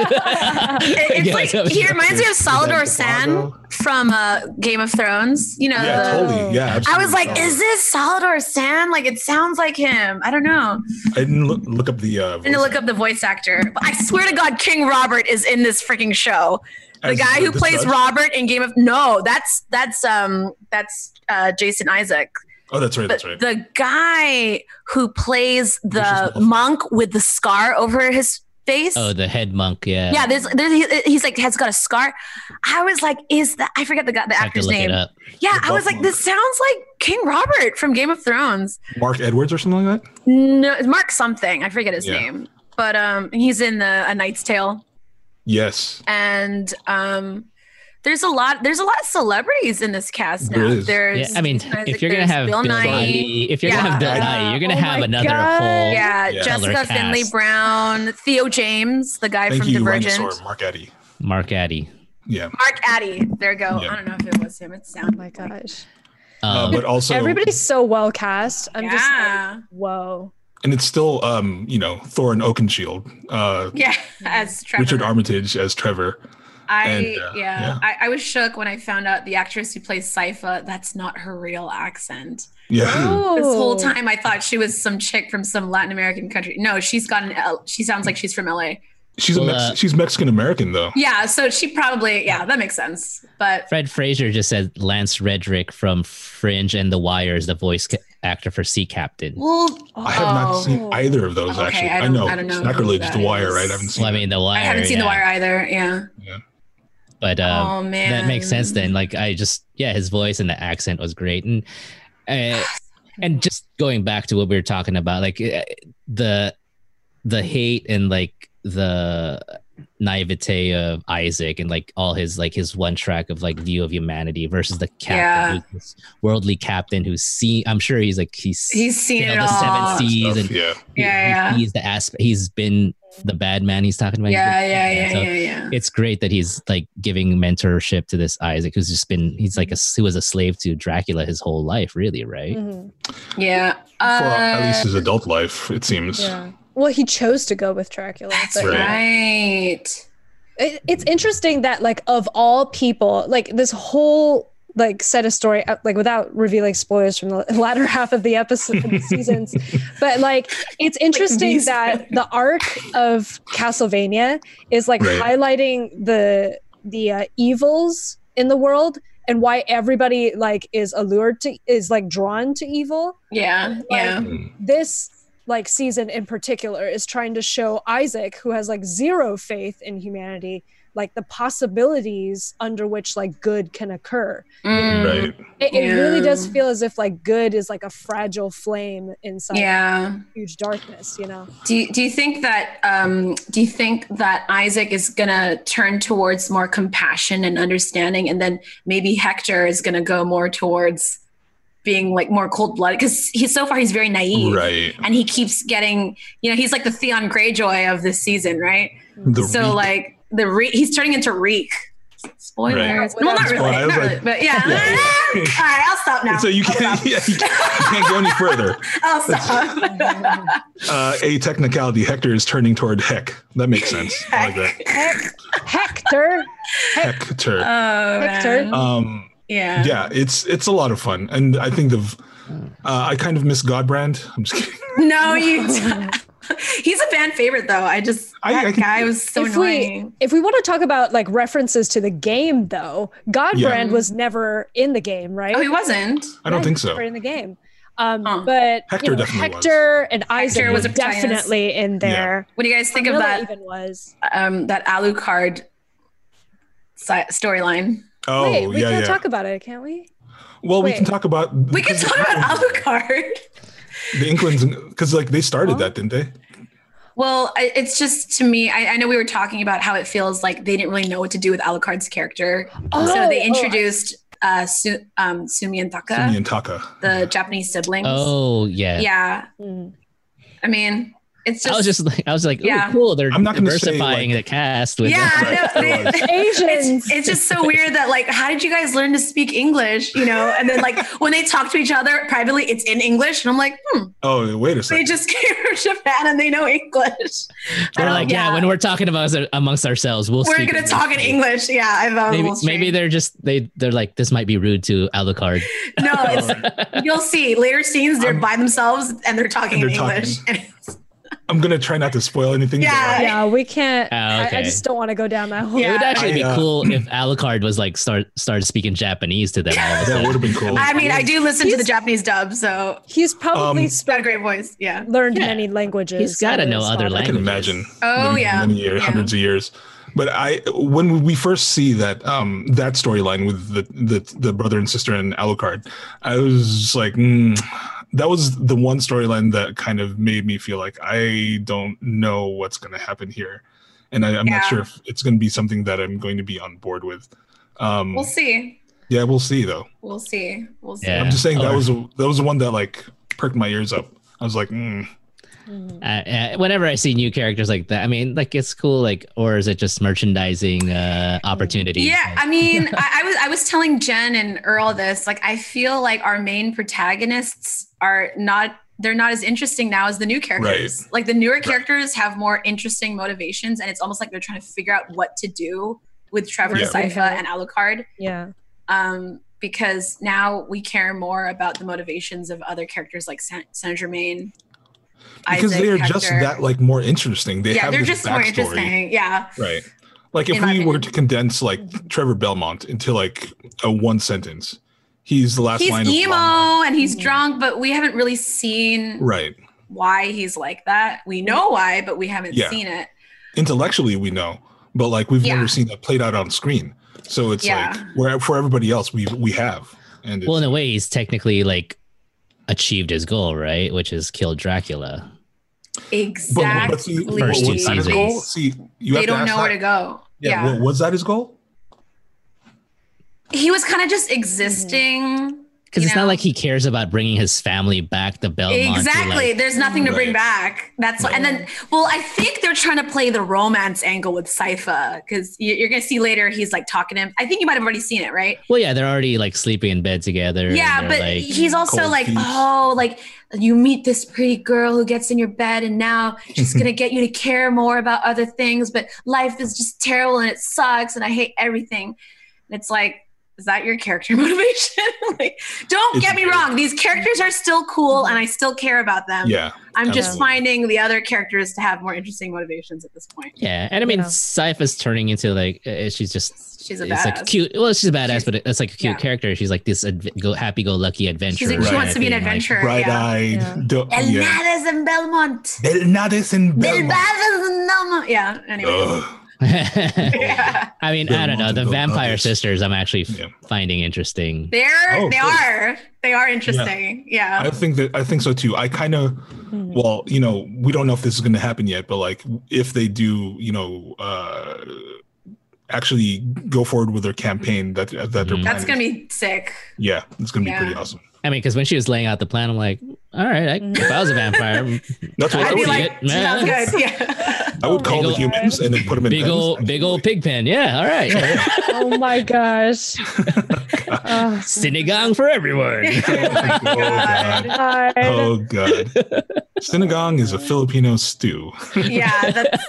Speaker 3: It- It's
Speaker 1: <laughs>
Speaker 4: Yeah,
Speaker 3: like
Speaker 4: that was
Speaker 3: he
Speaker 4: just-
Speaker 3: reminds me of Salador
Speaker 1: Trinidad
Speaker 3: San
Speaker 1: and Tobago.
Speaker 3: from uh, Game of Thrones. You know,
Speaker 1: yeah
Speaker 3: the-
Speaker 1: totally yeah
Speaker 3: I
Speaker 1: absolutely.
Speaker 3: was like,
Speaker 1: Sorry.
Speaker 3: is this Salador San? Like, it sounds like him. I don't know.
Speaker 1: I didn't look, look up the uh
Speaker 3: I'm gonna
Speaker 1: voice
Speaker 3: look up the voice actor. But I swear to God, King Robert is in this freaking show. The
Speaker 1: as
Speaker 3: guy who
Speaker 1: the
Speaker 3: plays
Speaker 1: judge.
Speaker 3: Robert in Game of No, that's that's um that's uh, Jason Isaac.
Speaker 1: oh that's right
Speaker 3: But
Speaker 1: that's right
Speaker 3: the guy who plays the
Speaker 1: Vicious Mofo.
Speaker 3: monk with the scar over his face.
Speaker 4: oh, the head monk. Yeah.
Speaker 3: yeah, there's, there's he- he's like has got a scar. I was like, is that I forget the guy, the
Speaker 4: I have to
Speaker 3: actor's
Speaker 4: look
Speaker 3: name.
Speaker 4: it up.
Speaker 3: Yeah,
Speaker 1: The
Speaker 3: I was
Speaker 1: buff
Speaker 3: like,
Speaker 1: monk.
Speaker 3: this sounds like King Robert from Game of Thrones.
Speaker 1: Mark Edwards or something like that
Speaker 3: No, it's Mark something. I forget his
Speaker 1: Yeah.
Speaker 3: name. But um, he's in the A Knight's Tale,
Speaker 1: yes
Speaker 3: and um, there's a lot. There's a lot of celebrities in this cast
Speaker 1: There
Speaker 3: now.
Speaker 1: is.
Speaker 4: Yeah,
Speaker 3: There's
Speaker 4: I mean,
Speaker 3: Jason Isaac,
Speaker 4: if you're gonna
Speaker 3: there's
Speaker 4: have Bill, Nye, if you're
Speaker 3: Yeah.
Speaker 4: gonna have Bill Nye, you're gonna
Speaker 2: Oh
Speaker 4: have
Speaker 2: my
Speaker 4: another
Speaker 2: God.
Speaker 4: whole.
Speaker 3: Yeah,
Speaker 1: Yeah.
Speaker 3: Jessica
Speaker 4: Stellar
Speaker 3: Finley
Speaker 4: cast.
Speaker 3: Brown, Theo James, the guy
Speaker 1: thank
Speaker 3: from
Speaker 1: you
Speaker 3: Divergent,
Speaker 1: Rhinosaur Mark Eddy
Speaker 4: Mark Addy.
Speaker 1: yeah Uh,
Speaker 3: Mark Addy. There you go.
Speaker 1: Yeah.
Speaker 3: I don't know if it was him. It
Speaker 2: Oh
Speaker 3: sounded
Speaker 2: my
Speaker 3: like
Speaker 2: gosh.
Speaker 1: uh,
Speaker 3: Oh,
Speaker 4: Um,
Speaker 1: but also
Speaker 2: Everybody's so well cast. I'm just like,
Speaker 3: yeah.
Speaker 2: whoa.
Speaker 1: and it's still um you know Thorin Oakenshield uh
Speaker 3: yeah, <laughs> as Trevor.
Speaker 1: Richard Armitage as Trevor
Speaker 3: I
Speaker 1: and, uh,
Speaker 3: yeah,
Speaker 1: yeah.
Speaker 3: I, I was shook when I found out the actress who plays Sypha. That's not her real accent. <gasps>
Speaker 1: yeah
Speaker 2: Oh.
Speaker 3: This whole time I thought she was some chick from some Latin American country. No, she's got an L. She sounds like she's from LA.
Speaker 1: she's a
Speaker 4: Well,
Speaker 1: Mex-
Speaker 4: uh,
Speaker 1: she's Mexican American though
Speaker 3: Yeah, so she probably yeah that makes sense. But
Speaker 4: Fred Fraser just said Lance Redrick from Fringe and The Wire is the voice ca- actor for Sea Captain.
Speaker 3: well,
Speaker 1: I have not
Speaker 3: oh.
Speaker 1: seen either of those
Speaker 3: Okay,
Speaker 1: actually.
Speaker 3: I
Speaker 1: I,
Speaker 3: don't-
Speaker 1: know.
Speaker 3: I don't know who
Speaker 1: Sacrilege,
Speaker 3: that
Speaker 1: The Wire,
Speaker 3: is.
Speaker 1: right? I haven't seen.
Speaker 4: Well, I mean, The Wire.
Speaker 3: I haven't seen
Speaker 4: yeah.
Speaker 3: The Wire either. Yeah.
Speaker 4: but um,
Speaker 3: oh man,
Speaker 4: that makes sense then like i just yeah his voice and the accent was great and
Speaker 3: <sighs>
Speaker 4: uh, and just going back to what we were talking about like uh, the the hate and like the naivete of isaac and like all his like his one track of like view of humanity versus the captain
Speaker 3: Yeah.
Speaker 4: who's this worldly captain who's seen i'm sure he's like he's,
Speaker 3: He's seen
Speaker 4: you know,
Speaker 3: it
Speaker 4: the
Speaker 3: all.
Speaker 4: seven seas
Speaker 1: Stuff,
Speaker 4: and
Speaker 1: yeah,
Speaker 4: he-
Speaker 3: Yeah, yeah.
Speaker 4: he's the aspect he's been the bad man he's talking about He's
Speaker 3: yeah,
Speaker 4: been-
Speaker 3: yeah, yeah,
Speaker 4: so-
Speaker 3: yeah, yeah.
Speaker 4: it's great that he's like giving mentorship to this Isaac, who's just been he's like a
Speaker 3: Mm-hmm.
Speaker 4: who was a slave to Dracula his whole life, really, right?
Speaker 2: Mhm.
Speaker 3: Yeah.
Speaker 1: for at least
Speaker 3: Uh,
Speaker 1: his adult life, it seems.
Speaker 2: Yeah. Well, he chose to go with Dracula.
Speaker 3: that's
Speaker 2: but yeah.
Speaker 3: right.
Speaker 2: it, it's interesting that like of all people like this whole like set of story uh, like without revealing spoilers from the <laughs> latter half of the episode of the seasons but like it's interesting
Speaker 3: these-
Speaker 2: that the arc of castlevania is like
Speaker 1: Right.
Speaker 2: highlighting the the uh, evils in the world and why everybody like is allured to is like drawn to evil
Speaker 3: Yeah, yeah.
Speaker 1: Mm,
Speaker 2: this like season in particular is trying to show Isaac, who has like zero faith in humanity, like the possibilities under which like good can occur.
Speaker 3: Mm,
Speaker 1: right.
Speaker 2: It, it really
Speaker 3: Yeah.
Speaker 2: does feel as if like good is like a fragile flame inside
Speaker 3: Yeah.
Speaker 2: huge darkness, you know?
Speaker 3: Do you, do you think that um, do you think that Isaac is gonna turn towards more compassion and understanding, and then maybe Hector is gonna go more towards being like more cold blooded because he's so far he's very naive,
Speaker 1: Right.
Speaker 3: and he keeps getting you know he's like the Theon Greyjoy of this season, right?
Speaker 1: The
Speaker 3: so
Speaker 1: reek.
Speaker 3: like the re- he's turning into Reek. Spoilers.
Speaker 2: Right.
Speaker 3: Well, not really,
Speaker 1: Spoilers,
Speaker 3: not
Speaker 1: like-
Speaker 3: really, but yeah.
Speaker 1: <laughs> Yeah, yeah.
Speaker 3: All right, I'll stop
Speaker 1: <laughs>
Speaker 3: now.
Speaker 1: So you
Speaker 3: I'll
Speaker 1: can't, <laughs>
Speaker 3: stop.
Speaker 1: yeah, you can't, you can't go any further. <laughs>
Speaker 3: I'll stop.
Speaker 1: Uh, a technicality. Hector is turning toward Heck. That
Speaker 3: <laughs>
Speaker 1: makes sense. I like that.
Speaker 2: Heck, Hector.
Speaker 1: Hector.
Speaker 3: Oh,
Speaker 2: Hector.
Speaker 3: man.
Speaker 1: um,
Speaker 3: yeah.
Speaker 1: yeah, it's it's a lot of fun, and I think the v-
Speaker 4: Oh.
Speaker 1: uh, I kind of miss Godbrand. I'm just kidding.
Speaker 3: No, you. He's a fan favorite, though. I just
Speaker 1: I-
Speaker 3: that
Speaker 1: I can-
Speaker 3: guy was so
Speaker 2: If we-
Speaker 3: annoying.
Speaker 2: If we want to talk about like references to the game though, Godbrand was never in the game, right?
Speaker 3: oh, he wasn't.
Speaker 1: I don't
Speaker 2: Yeah,
Speaker 1: think
Speaker 2: he's
Speaker 1: so.
Speaker 2: never in the game. Um,
Speaker 3: Huh.
Speaker 2: But
Speaker 1: Hector
Speaker 2: you know,
Speaker 1: definitely was.
Speaker 2: Hector and Isaac
Speaker 3: was a protagonist.
Speaker 2: definitely in there.
Speaker 3: What do you guys think of
Speaker 2: Camilla
Speaker 3: that?
Speaker 2: even was.
Speaker 3: Um, that Alucard si- storyline.
Speaker 1: Oh
Speaker 2: Wait, we
Speaker 1: yeah,
Speaker 2: can
Speaker 1: yeah.
Speaker 2: talk about it, can't we?
Speaker 1: well, we
Speaker 2: wait.
Speaker 1: can talk about
Speaker 3: We can talk
Speaker 1: <laughs>
Speaker 3: about Alucard.
Speaker 1: the Inklings because like they started
Speaker 2: Huh?
Speaker 1: that, didn't they?
Speaker 3: Well, I- it's just to me. I, I know we were talking about how it feels like they didn't really know what to do with Alucard's character,
Speaker 2: Oh,
Speaker 3: so they introduced uh, Su- um, Sumi and Taka,
Speaker 1: Sumi and Taka.
Speaker 3: the Japanese siblings.
Speaker 4: Oh yeah.
Speaker 3: yeah.
Speaker 2: Mm.
Speaker 3: I mean, it's just.
Speaker 4: I was just like, I was like, yeah.
Speaker 3: Yeah.
Speaker 4: cool. They're
Speaker 1: I'm not gonna say,
Speaker 4: diversifying
Speaker 1: like-
Speaker 4: the cast with
Speaker 3: yeah,
Speaker 1: Right,
Speaker 3: I know.
Speaker 1: it
Speaker 3: They-
Speaker 2: Asians.
Speaker 3: It's, it's just so weird that like how did you guys learn to speak english you know and then like <laughs> when they talk to each other privately it's in english and i'm like hmm
Speaker 1: Oh wait a
Speaker 3: they
Speaker 1: second.
Speaker 3: just <laughs> came from japan and they know english
Speaker 4: They're
Speaker 3: Um,
Speaker 4: like, yeah. when we're talking about uh, amongst ourselves, we'll.
Speaker 3: we're
Speaker 4: speak
Speaker 3: gonna talk in english yeah i've um,
Speaker 4: Maybe,
Speaker 3: almost
Speaker 4: maybe
Speaker 3: trained.
Speaker 4: they're just they they're like this might be rude to Alucard.
Speaker 3: no it's, you'll see later scenes they're
Speaker 1: I'm-
Speaker 3: by themselves and they're talking
Speaker 1: They're
Speaker 3: in
Speaker 1: talking.
Speaker 3: english <laughs>
Speaker 1: I'm gonna try not to spoil anything. but,
Speaker 3: Yeah.
Speaker 1: like,
Speaker 2: <laughs> yeah, we can't.
Speaker 4: Oh,
Speaker 2: I, I
Speaker 4: okay.
Speaker 2: just don't want to go down that hole.
Speaker 4: It would
Speaker 3: Yeah.
Speaker 4: actually
Speaker 1: I,
Speaker 4: be
Speaker 1: uh,
Speaker 4: cool
Speaker 1: <clears throat>
Speaker 4: if Alucard was like start started speaking Japanese to them all of a
Speaker 1: that
Speaker 4: sudden.
Speaker 1: would have been cool.
Speaker 3: i mean i do listen to the
Speaker 2: He's-
Speaker 3: japanese dub so
Speaker 2: <laughs> He's probably
Speaker 1: Um,
Speaker 3: he's got a great voice yeah
Speaker 2: learned
Speaker 4: Yeah.
Speaker 2: many languages.
Speaker 4: He's gotta
Speaker 2: other
Speaker 4: know
Speaker 2: than
Speaker 4: other
Speaker 2: Scottish.
Speaker 1: I can
Speaker 4: languages.
Speaker 1: imagine.
Speaker 3: Oh,
Speaker 1: many,
Speaker 3: yeah.
Speaker 1: many years,
Speaker 3: Yeah.
Speaker 1: hundreds of years. But I, when we first see that um, that storyline with the, the the brother and sister and Alucard, I was just like, mm, that was the one storyline that kind of made me feel like I don't know what's going to happen here, and I, I'm not
Speaker 3: Yeah.
Speaker 1: sure if it's going to be something that I'm going to be on board with. Um,
Speaker 3: we'll see
Speaker 1: yeah, we'll see though.
Speaker 3: we'll see we'll see
Speaker 4: Yeah. Oh.
Speaker 1: I'm just saying that
Speaker 4: Or-
Speaker 1: was a, that was the one that like perked my ears up. I was like, mm,
Speaker 2: Mhm.
Speaker 4: Uh, uh, whenever I see new characters like that, I mean, like it's cool, like, or is it just merchandising uh, opportunities?
Speaker 3: Yeah,
Speaker 4: Like,
Speaker 3: I mean, I, I was I was telling Jen and Earl this. Like, I feel like our main protagonists are not they're not as interesting now as the new characters. Like the newer characters have more interesting motivations, and it's almost like they're trying to figure out what to do with Trevor,
Speaker 1: Yeah.
Speaker 3: Sypha, and Alucard.
Speaker 2: Yeah.
Speaker 3: Um, because now we care more about the motivations of other characters like San, Saint Germain.
Speaker 1: because
Speaker 3: Isaac,
Speaker 1: they are just
Speaker 3: Hector.
Speaker 1: that like more interesting. They
Speaker 3: yeah,
Speaker 1: have
Speaker 3: they're
Speaker 1: this
Speaker 3: just more
Speaker 1: backstory.
Speaker 3: interesting. Yeah,
Speaker 1: Right. Like
Speaker 3: In
Speaker 1: if
Speaker 3: my
Speaker 1: we were
Speaker 3: opinion. Mm-hmm.
Speaker 1: to condense like Trevor Belmont into like a one sentence, he's the last
Speaker 3: he's
Speaker 1: line. of one line.
Speaker 3: emo and he's
Speaker 2: Mhm.
Speaker 3: drunk, but we haven't really seen
Speaker 1: Right.
Speaker 3: why he's like that. We know why, but we haven't
Speaker 1: Yeah.
Speaker 3: seen it.
Speaker 1: Intellectually, we know, but like we've
Speaker 3: Yeah.
Speaker 1: never seen that played out on screen. So it's
Speaker 3: Yeah.
Speaker 1: like where for everybody else we we have. And it's,
Speaker 4: well, in a way, he's technically like achieved his goal, right? Which is kill Dracula.
Speaker 1: but,
Speaker 3: Exactly.
Speaker 1: but see,
Speaker 4: First
Speaker 1: was
Speaker 4: two
Speaker 1: that his goal?
Speaker 4: seasons.
Speaker 1: See, you have
Speaker 3: they
Speaker 1: to
Speaker 3: don't
Speaker 1: ask
Speaker 3: know
Speaker 1: that.
Speaker 3: where to go.
Speaker 1: Yeah.
Speaker 3: Yeah.
Speaker 1: wa- was that his goal?
Speaker 3: he was kind of just existing.
Speaker 4: Because
Speaker 3: you
Speaker 4: it's
Speaker 3: know?
Speaker 4: not like he cares about bringing his family back to Belmont. to,
Speaker 3: Exactly.
Speaker 4: like-
Speaker 3: There's nothing to bring
Speaker 1: Right.
Speaker 3: back. That's why. and then, well, I think they're trying to play the romance angle with Sypha because you're going to see later he's like talking to him. I think you might have already seen it, right?
Speaker 4: well, yeah, they're already like sleeping in bed together. and
Speaker 3: Yeah,
Speaker 4: they're,
Speaker 3: but
Speaker 4: like,
Speaker 3: he's also
Speaker 1: Cold
Speaker 3: like,
Speaker 1: feet.
Speaker 3: oh, like you meet this pretty girl who gets in your bed, and now she's
Speaker 4: <laughs>
Speaker 3: gonna get you to care more about other things. But life is just terrible, and it sucks, and I hate everything. And it's like, is that your character <laughs> motivation? like, don't
Speaker 1: It's
Speaker 3: get me
Speaker 1: weird.
Speaker 3: wrong; these characters are still cool, and I still care about them.
Speaker 1: yeah,
Speaker 3: I'm just
Speaker 1: absolutely.
Speaker 3: finding the other characters to have more interesting motivations at this point.
Speaker 4: Yeah, and I mean,
Speaker 2: Yeah.
Speaker 4: Sypha's turning into like uh, she's just.
Speaker 3: She's a
Speaker 4: It's like
Speaker 3: badass.
Speaker 4: a cute. Well, she's a badass,
Speaker 3: She's-
Speaker 4: but it, it's like a cute
Speaker 3: yeah.
Speaker 4: character. She's like this adv- go, happy-go-lucky
Speaker 3: She's
Speaker 4: adventurer.
Speaker 3: like, she
Speaker 1: Right.
Speaker 3: wants to be an
Speaker 4: being, like,
Speaker 3: adventurer. yeah.
Speaker 1: bright-eyed.
Speaker 2: Yeah.
Speaker 1: do-
Speaker 3: El
Speaker 1: yeah.
Speaker 3: Nadas and Belmont.
Speaker 1: Belnades and Belmont.
Speaker 3: Belmont and Belmont. Yeah. Anyway.
Speaker 1: Ugh.
Speaker 3: <laughs>
Speaker 4: <laughs>
Speaker 3: Yeah.
Speaker 4: I mean, I don't know. The
Speaker 1: Belmonte
Speaker 4: Vampire
Speaker 1: Belmontes.
Speaker 4: Sisters, I'm actually f-
Speaker 1: Yeah.
Speaker 4: finding interesting.
Speaker 3: They're
Speaker 1: Oh,
Speaker 3: they
Speaker 1: cool.
Speaker 3: are they are interesting. Yeah.
Speaker 1: I think that I think so too. I kind of
Speaker 3: Mm-hmm.
Speaker 1: well, you know, we don't know if this is going to happen yet, but like if they do, you know, uh actually go forward with their campaign that that they're
Speaker 4: Mhm.
Speaker 1: planning.
Speaker 3: That's gonna be sick.
Speaker 1: yeah, it's going to be
Speaker 3: Yeah.
Speaker 1: pretty awesome.
Speaker 4: I mean, because when she was laying out the plan, I'm like, all right, I,
Speaker 3: Mm.
Speaker 4: if I was
Speaker 1: <laughs>
Speaker 4: a vampire,
Speaker 1: That's what
Speaker 4: I'd
Speaker 1: I
Speaker 3: I'd
Speaker 1: would
Speaker 3: be
Speaker 4: see
Speaker 1: like,
Speaker 3: like,
Speaker 4: it.
Speaker 3: sounds
Speaker 1: <laughs>
Speaker 3: good. Yeah.
Speaker 1: I would call
Speaker 4: Big
Speaker 1: the
Speaker 4: ol'
Speaker 1: humans and then put them in
Speaker 4: big
Speaker 1: pens.
Speaker 4: old, big old pig pen. Yeah, all right.
Speaker 1: <laughs>
Speaker 2: oh my gosh. Oh,
Speaker 4: Sinigang
Speaker 3: <laughs>
Speaker 4: for everyone.
Speaker 1: oh,
Speaker 3: Oh my
Speaker 1: God.
Speaker 2: God.
Speaker 3: God.
Speaker 1: Oh god. Sinigang is a Filipino stew.
Speaker 3: Yeah, that's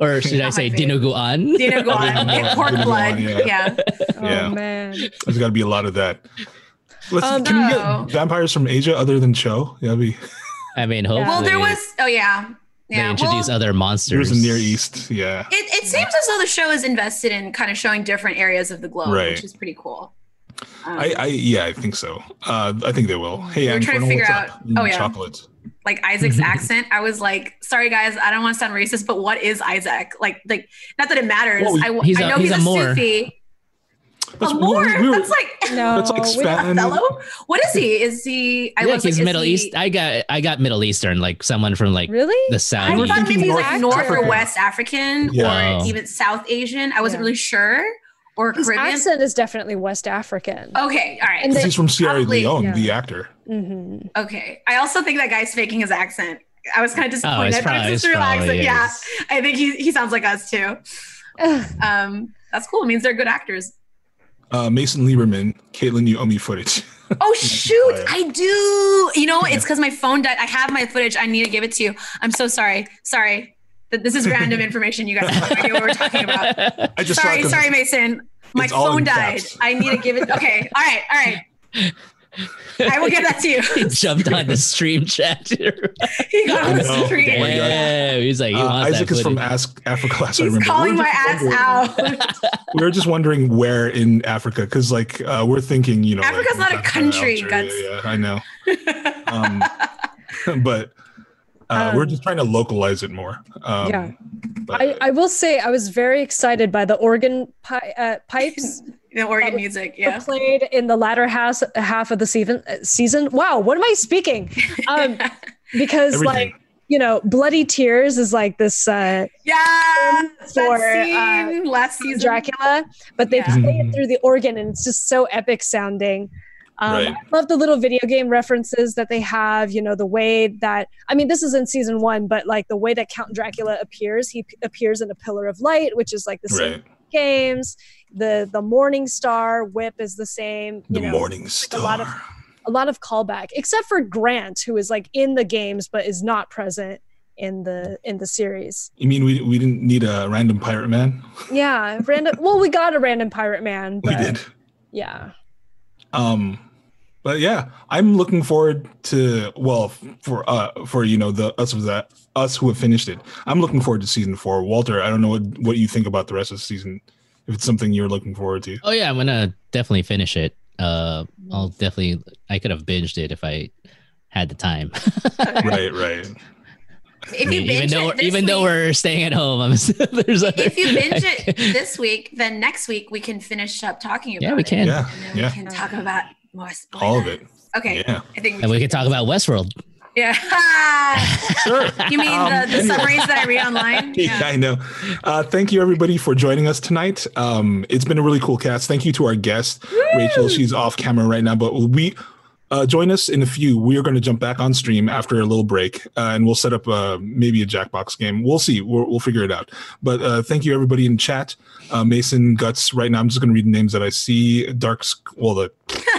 Speaker 4: Or should I
Speaker 3: Not
Speaker 4: say
Speaker 3: my favorite.
Speaker 4: dinoguan?
Speaker 1: <laughs>
Speaker 3: Dinaguan.
Speaker 1: Yeah.
Speaker 3: pork blood.
Speaker 1: Yeah.
Speaker 3: Yeah.
Speaker 2: Oh,
Speaker 1: Yeah.
Speaker 2: man.
Speaker 1: There's got to be a lot of that. Let's,
Speaker 2: Um,
Speaker 1: can we
Speaker 3: Oh, no.
Speaker 1: get vampires from Asia other than Cho? Yeah, we,
Speaker 4: <laughs> I mean, hopefully
Speaker 3: Well, there was oh yeah.
Speaker 4: they
Speaker 3: Yeah. Well,
Speaker 4: introduce other monsters.
Speaker 1: there's the Near East. Yeah.
Speaker 3: it, it seems as though the show is invested in kind of showing different areas of the globe,
Speaker 1: Right.
Speaker 3: which is pretty cool. Um,
Speaker 1: I, I yeah, I think so. Uh, I think they will. Hey,
Speaker 3: We're
Speaker 1: Anne,
Speaker 3: trying to
Speaker 1: Cornell,
Speaker 3: figure
Speaker 1: what's
Speaker 3: out-
Speaker 1: up? Mm,
Speaker 3: oh, yeah.
Speaker 1: chocolate.
Speaker 3: like
Speaker 4: Mm-hmm.
Speaker 3: Isaac's accent, I was like, sorry guys, I don't want to sound racist, but what is Isaac? Like, like not that it matters.
Speaker 1: Well,
Speaker 3: I,
Speaker 4: he's
Speaker 3: I
Speaker 4: a-
Speaker 3: know
Speaker 4: he's
Speaker 3: he's,
Speaker 4: a
Speaker 3: a,
Speaker 4: Moor.
Speaker 3: Sufi.
Speaker 1: That's,
Speaker 3: a Moor?
Speaker 1: we- we were-
Speaker 3: That's like
Speaker 2: No.
Speaker 1: that's like
Speaker 2: we-
Speaker 1: Span.
Speaker 3: Othello? What is he? Is he?
Speaker 4: I
Speaker 3: I was
Speaker 4: he's
Speaker 3: like, is
Speaker 4: Middle
Speaker 3: he-
Speaker 4: East. I got, I got Middle Eastern, like someone from like
Speaker 2: Really?
Speaker 4: the
Speaker 3: I
Speaker 4: Oh, Saudi.
Speaker 1: were
Speaker 3: thought
Speaker 1: thinking
Speaker 3: maybe he's
Speaker 1: North
Speaker 3: like North
Speaker 1: Africa.
Speaker 3: or West African
Speaker 4: Yeah.
Speaker 3: or even South Asian. I wasn't
Speaker 2: Yeah.
Speaker 3: really sure. Or
Speaker 2: His
Speaker 3: Caribbean.
Speaker 2: accent is definitely West African.
Speaker 4: Oh.
Speaker 3: Okay, all right.
Speaker 5: And
Speaker 1: Because
Speaker 5: they-
Speaker 1: he's from Sierra
Speaker 3: probably-
Speaker 1: Leone,
Speaker 2: yeah.
Speaker 1: the actor.
Speaker 2: hmm
Speaker 3: okay. I also think that guy's faking his accent. I was kind of
Speaker 4: Oh,
Speaker 3: disappointed,
Speaker 4: it's
Speaker 3: but
Speaker 4: probably,
Speaker 3: it's
Speaker 4: it's
Speaker 3: his real
Speaker 4: probably
Speaker 3: accent. Yeah,
Speaker 4: is.
Speaker 3: I think he, he sounds like us too. Um, that's cool. It means they're
Speaker 1: <laughs>
Speaker 3: good actors.
Speaker 1: Uh, Mason Lieberman, Caitlin, you owe me footage. <laughs>
Speaker 3: Oh
Speaker 1: can
Speaker 3: shoot,
Speaker 1: try
Speaker 3: I do. You know,
Speaker 1: Yeah.
Speaker 3: it's because my phone died. I have my footage. I need to give it to you. I'm so sorry. Sorry. Th- This
Speaker 1: <laughs>
Speaker 3: is random information. You guys have no idea what we're talking about.
Speaker 1: I just
Speaker 3: Sorry,
Speaker 1: saw it 'cause
Speaker 3: sorry, Mason. My
Speaker 1: it's all
Speaker 3: phone
Speaker 1: in
Speaker 3: died.
Speaker 1: caps.
Speaker 3: I need to give it. Okay. All right. All right. I
Speaker 4: <laughs>
Speaker 3: will give that to you. <laughs>
Speaker 4: He jumped on the stream chat. <laughs>
Speaker 3: He got on the
Speaker 1: Oh, no.
Speaker 3: street.
Speaker 1: my God.
Speaker 4: yeah, he's like, he
Speaker 1: Uh,
Speaker 4: wants
Speaker 1: Isaac
Speaker 4: that
Speaker 1: is from
Speaker 4: footage.
Speaker 1: Ask Africa Class. I
Speaker 3: He's
Speaker 1: remember.
Speaker 3: calling
Speaker 1: We were
Speaker 3: my
Speaker 1: just
Speaker 3: ass
Speaker 1: wondering-
Speaker 3: out.
Speaker 1: We were just wondering where in Africa, because like uh, we're thinking, you know, like,
Speaker 3: Africa's not a
Speaker 1: Africa,
Speaker 3: country,
Speaker 1: Algeria,
Speaker 3: Guts.
Speaker 1: Yeah, I know.
Speaker 3: <laughs>
Speaker 1: Um, <laughs> but uh, we're
Speaker 2: Um,
Speaker 1: just trying to localize it more. Um,
Speaker 2: yeah.
Speaker 1: but-
Speaker 2: I, I will say I was very excited by the organ pi- uh, pipes
Speaker 3: the organ music.
Speaker 2: that
Speaker 3: Yeah.
Speaker 2: played in the latter half half of the season. uh, Season. Wow, what am I
Speaker 3: <laughs>
Speaker 2: speaking? Um, because
Speaker 1: everything.
Speaker 2: like you know, bloody tears is like this uh,
Speaker 3: Yeah. That
Speaker 2: For, uh,
Speaker 3: scene last season.
Speaker 2: Dracula, but they
Speaker 3: Yeah.
Speaker 2: play
Speaker 1: Mm-hmm.
Speaker 2: it through the organ, and it's just so epic sounding. Um,
Speaker 1: Right.
Speaker 2: I love the little video game references that they have. You know, the way that I mean, this is in season one, but like the way that Count Dracula appears, he p- appears in a pillar of light, which is like the same
Speaker 1: right.
Speaker 2: games. The the Morning Star whip is the same.
Speaker 1: The
Speaker 2: You know,
Speaker 1: morning star.
Speaker 2: a lot of- a lot of callback, except for Grant, who is like in the games but is not present in the in the series.
Speaker 1: You mean we, we didn't need a random pirate man?
Speaker 2: Yeah, random. well, we got a random pirate man,
Speaker 1: We
Speaker 2: but
Speaker 1: did.
Speaker 2: yeah.
Speaker 1: Um, but yeah, I'm looking forward to well for uh for you know the us of that us who have finished it. I'm looking forward to season four. Walter, I don't know what what you think about the rest of the season. If it's something you're looking forward
Speaker 3: <laughs>
Speaker 1: to,
Speaker 4: Oh yeah, I'm gonna definitely finish it. Uh, I'll definitely. I could have binged it if I had the time.
Speaker 1: right, right.
Speaker 3: If you
Speaker 4: <laughs> even
Speaker 3: binge
Speaker 4: though
Speaker 3: it this
Speaker 4: even though
Speaker 3: week-
Speaker 4: we're staying at home, I'm <laughs> there's other,
Speaker 3: if you
Speaker 4: <laughs>
Speaker 3: binge it this week, then next week we can finish up talking about
Speaker 4: yeah, we
Speaker 3: it.
Speaker 4: can,
Speaker 1: Yeah,
Speaker 3: And then
Speaker 1: yeah.
Speaker 3: we can talk about more spoilers.
Speaker 1: all of it.
Speaker 3: Okay.
Speaker 1: Yeah,
Speaker 3: I think we
Speaker 4: and we can talk about Westworld.
Speaker 3: Yeah.
Speaker 1: sure.
Speaker 3: <laughs> you
Speaker 4: <laughs>
Speaker 3: mean
Speaker 1: Um,
Speaker 3: the, the
Speaker 1: anyway.
Speaker 3: summaries that I read <laughs> online?
Speaker 1: <laughs> Yeah, I know. Uh, thank you, everybody, for joining us tonight. Um, it's been a really cool cast. Thank you to our guest, Rachel. She's off camera right now, but we uh, join us in a few. We are going to jump back on stream after a little break, uh, and we'll set up uh, maybe a Jackbox game. We'll see. We'll, we'll figure it out. But uh, thank you, everybody in chat. Uh, Mason, Guts. Right now, I'm just going to read the names that I see. Dark. Sk- Well, the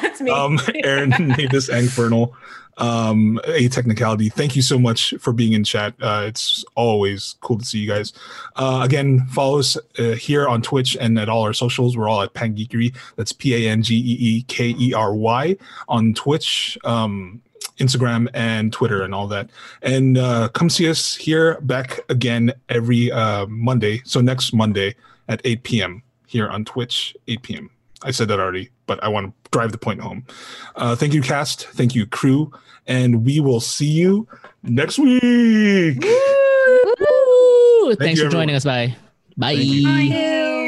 Speaker 3: That's
Speaker 1: <laughs>
Speaker 3: me.
Speaker 1: um, Aaron Davis, Angfernal, um, a technicality. Thank you so much for being in chat. Uh, it's always cool to see you guys. Uh, again, follow us uh, here on Twitch and at all our socials. We're all at Pangeekery. That's P A N G E E K E R Y on Twitch. Um, Instagram and Twitter and all that. And uh, come see us here back again every uh, Monday. So next Monday at 8 p.m. here on Twitch, 8 p.m. I said that already, but I want to drive the point home. Uh, thank you, cast. Thank you, crew. And we will see you next week.
Speaker 4: Woo! Thanks
Speaker 1: you,
Speaker 4: for
Speaker 1: everyone.
Speaker 4: joining us. Bye. Bye.
Speaker 1: Thank
Speaker 2: Bye.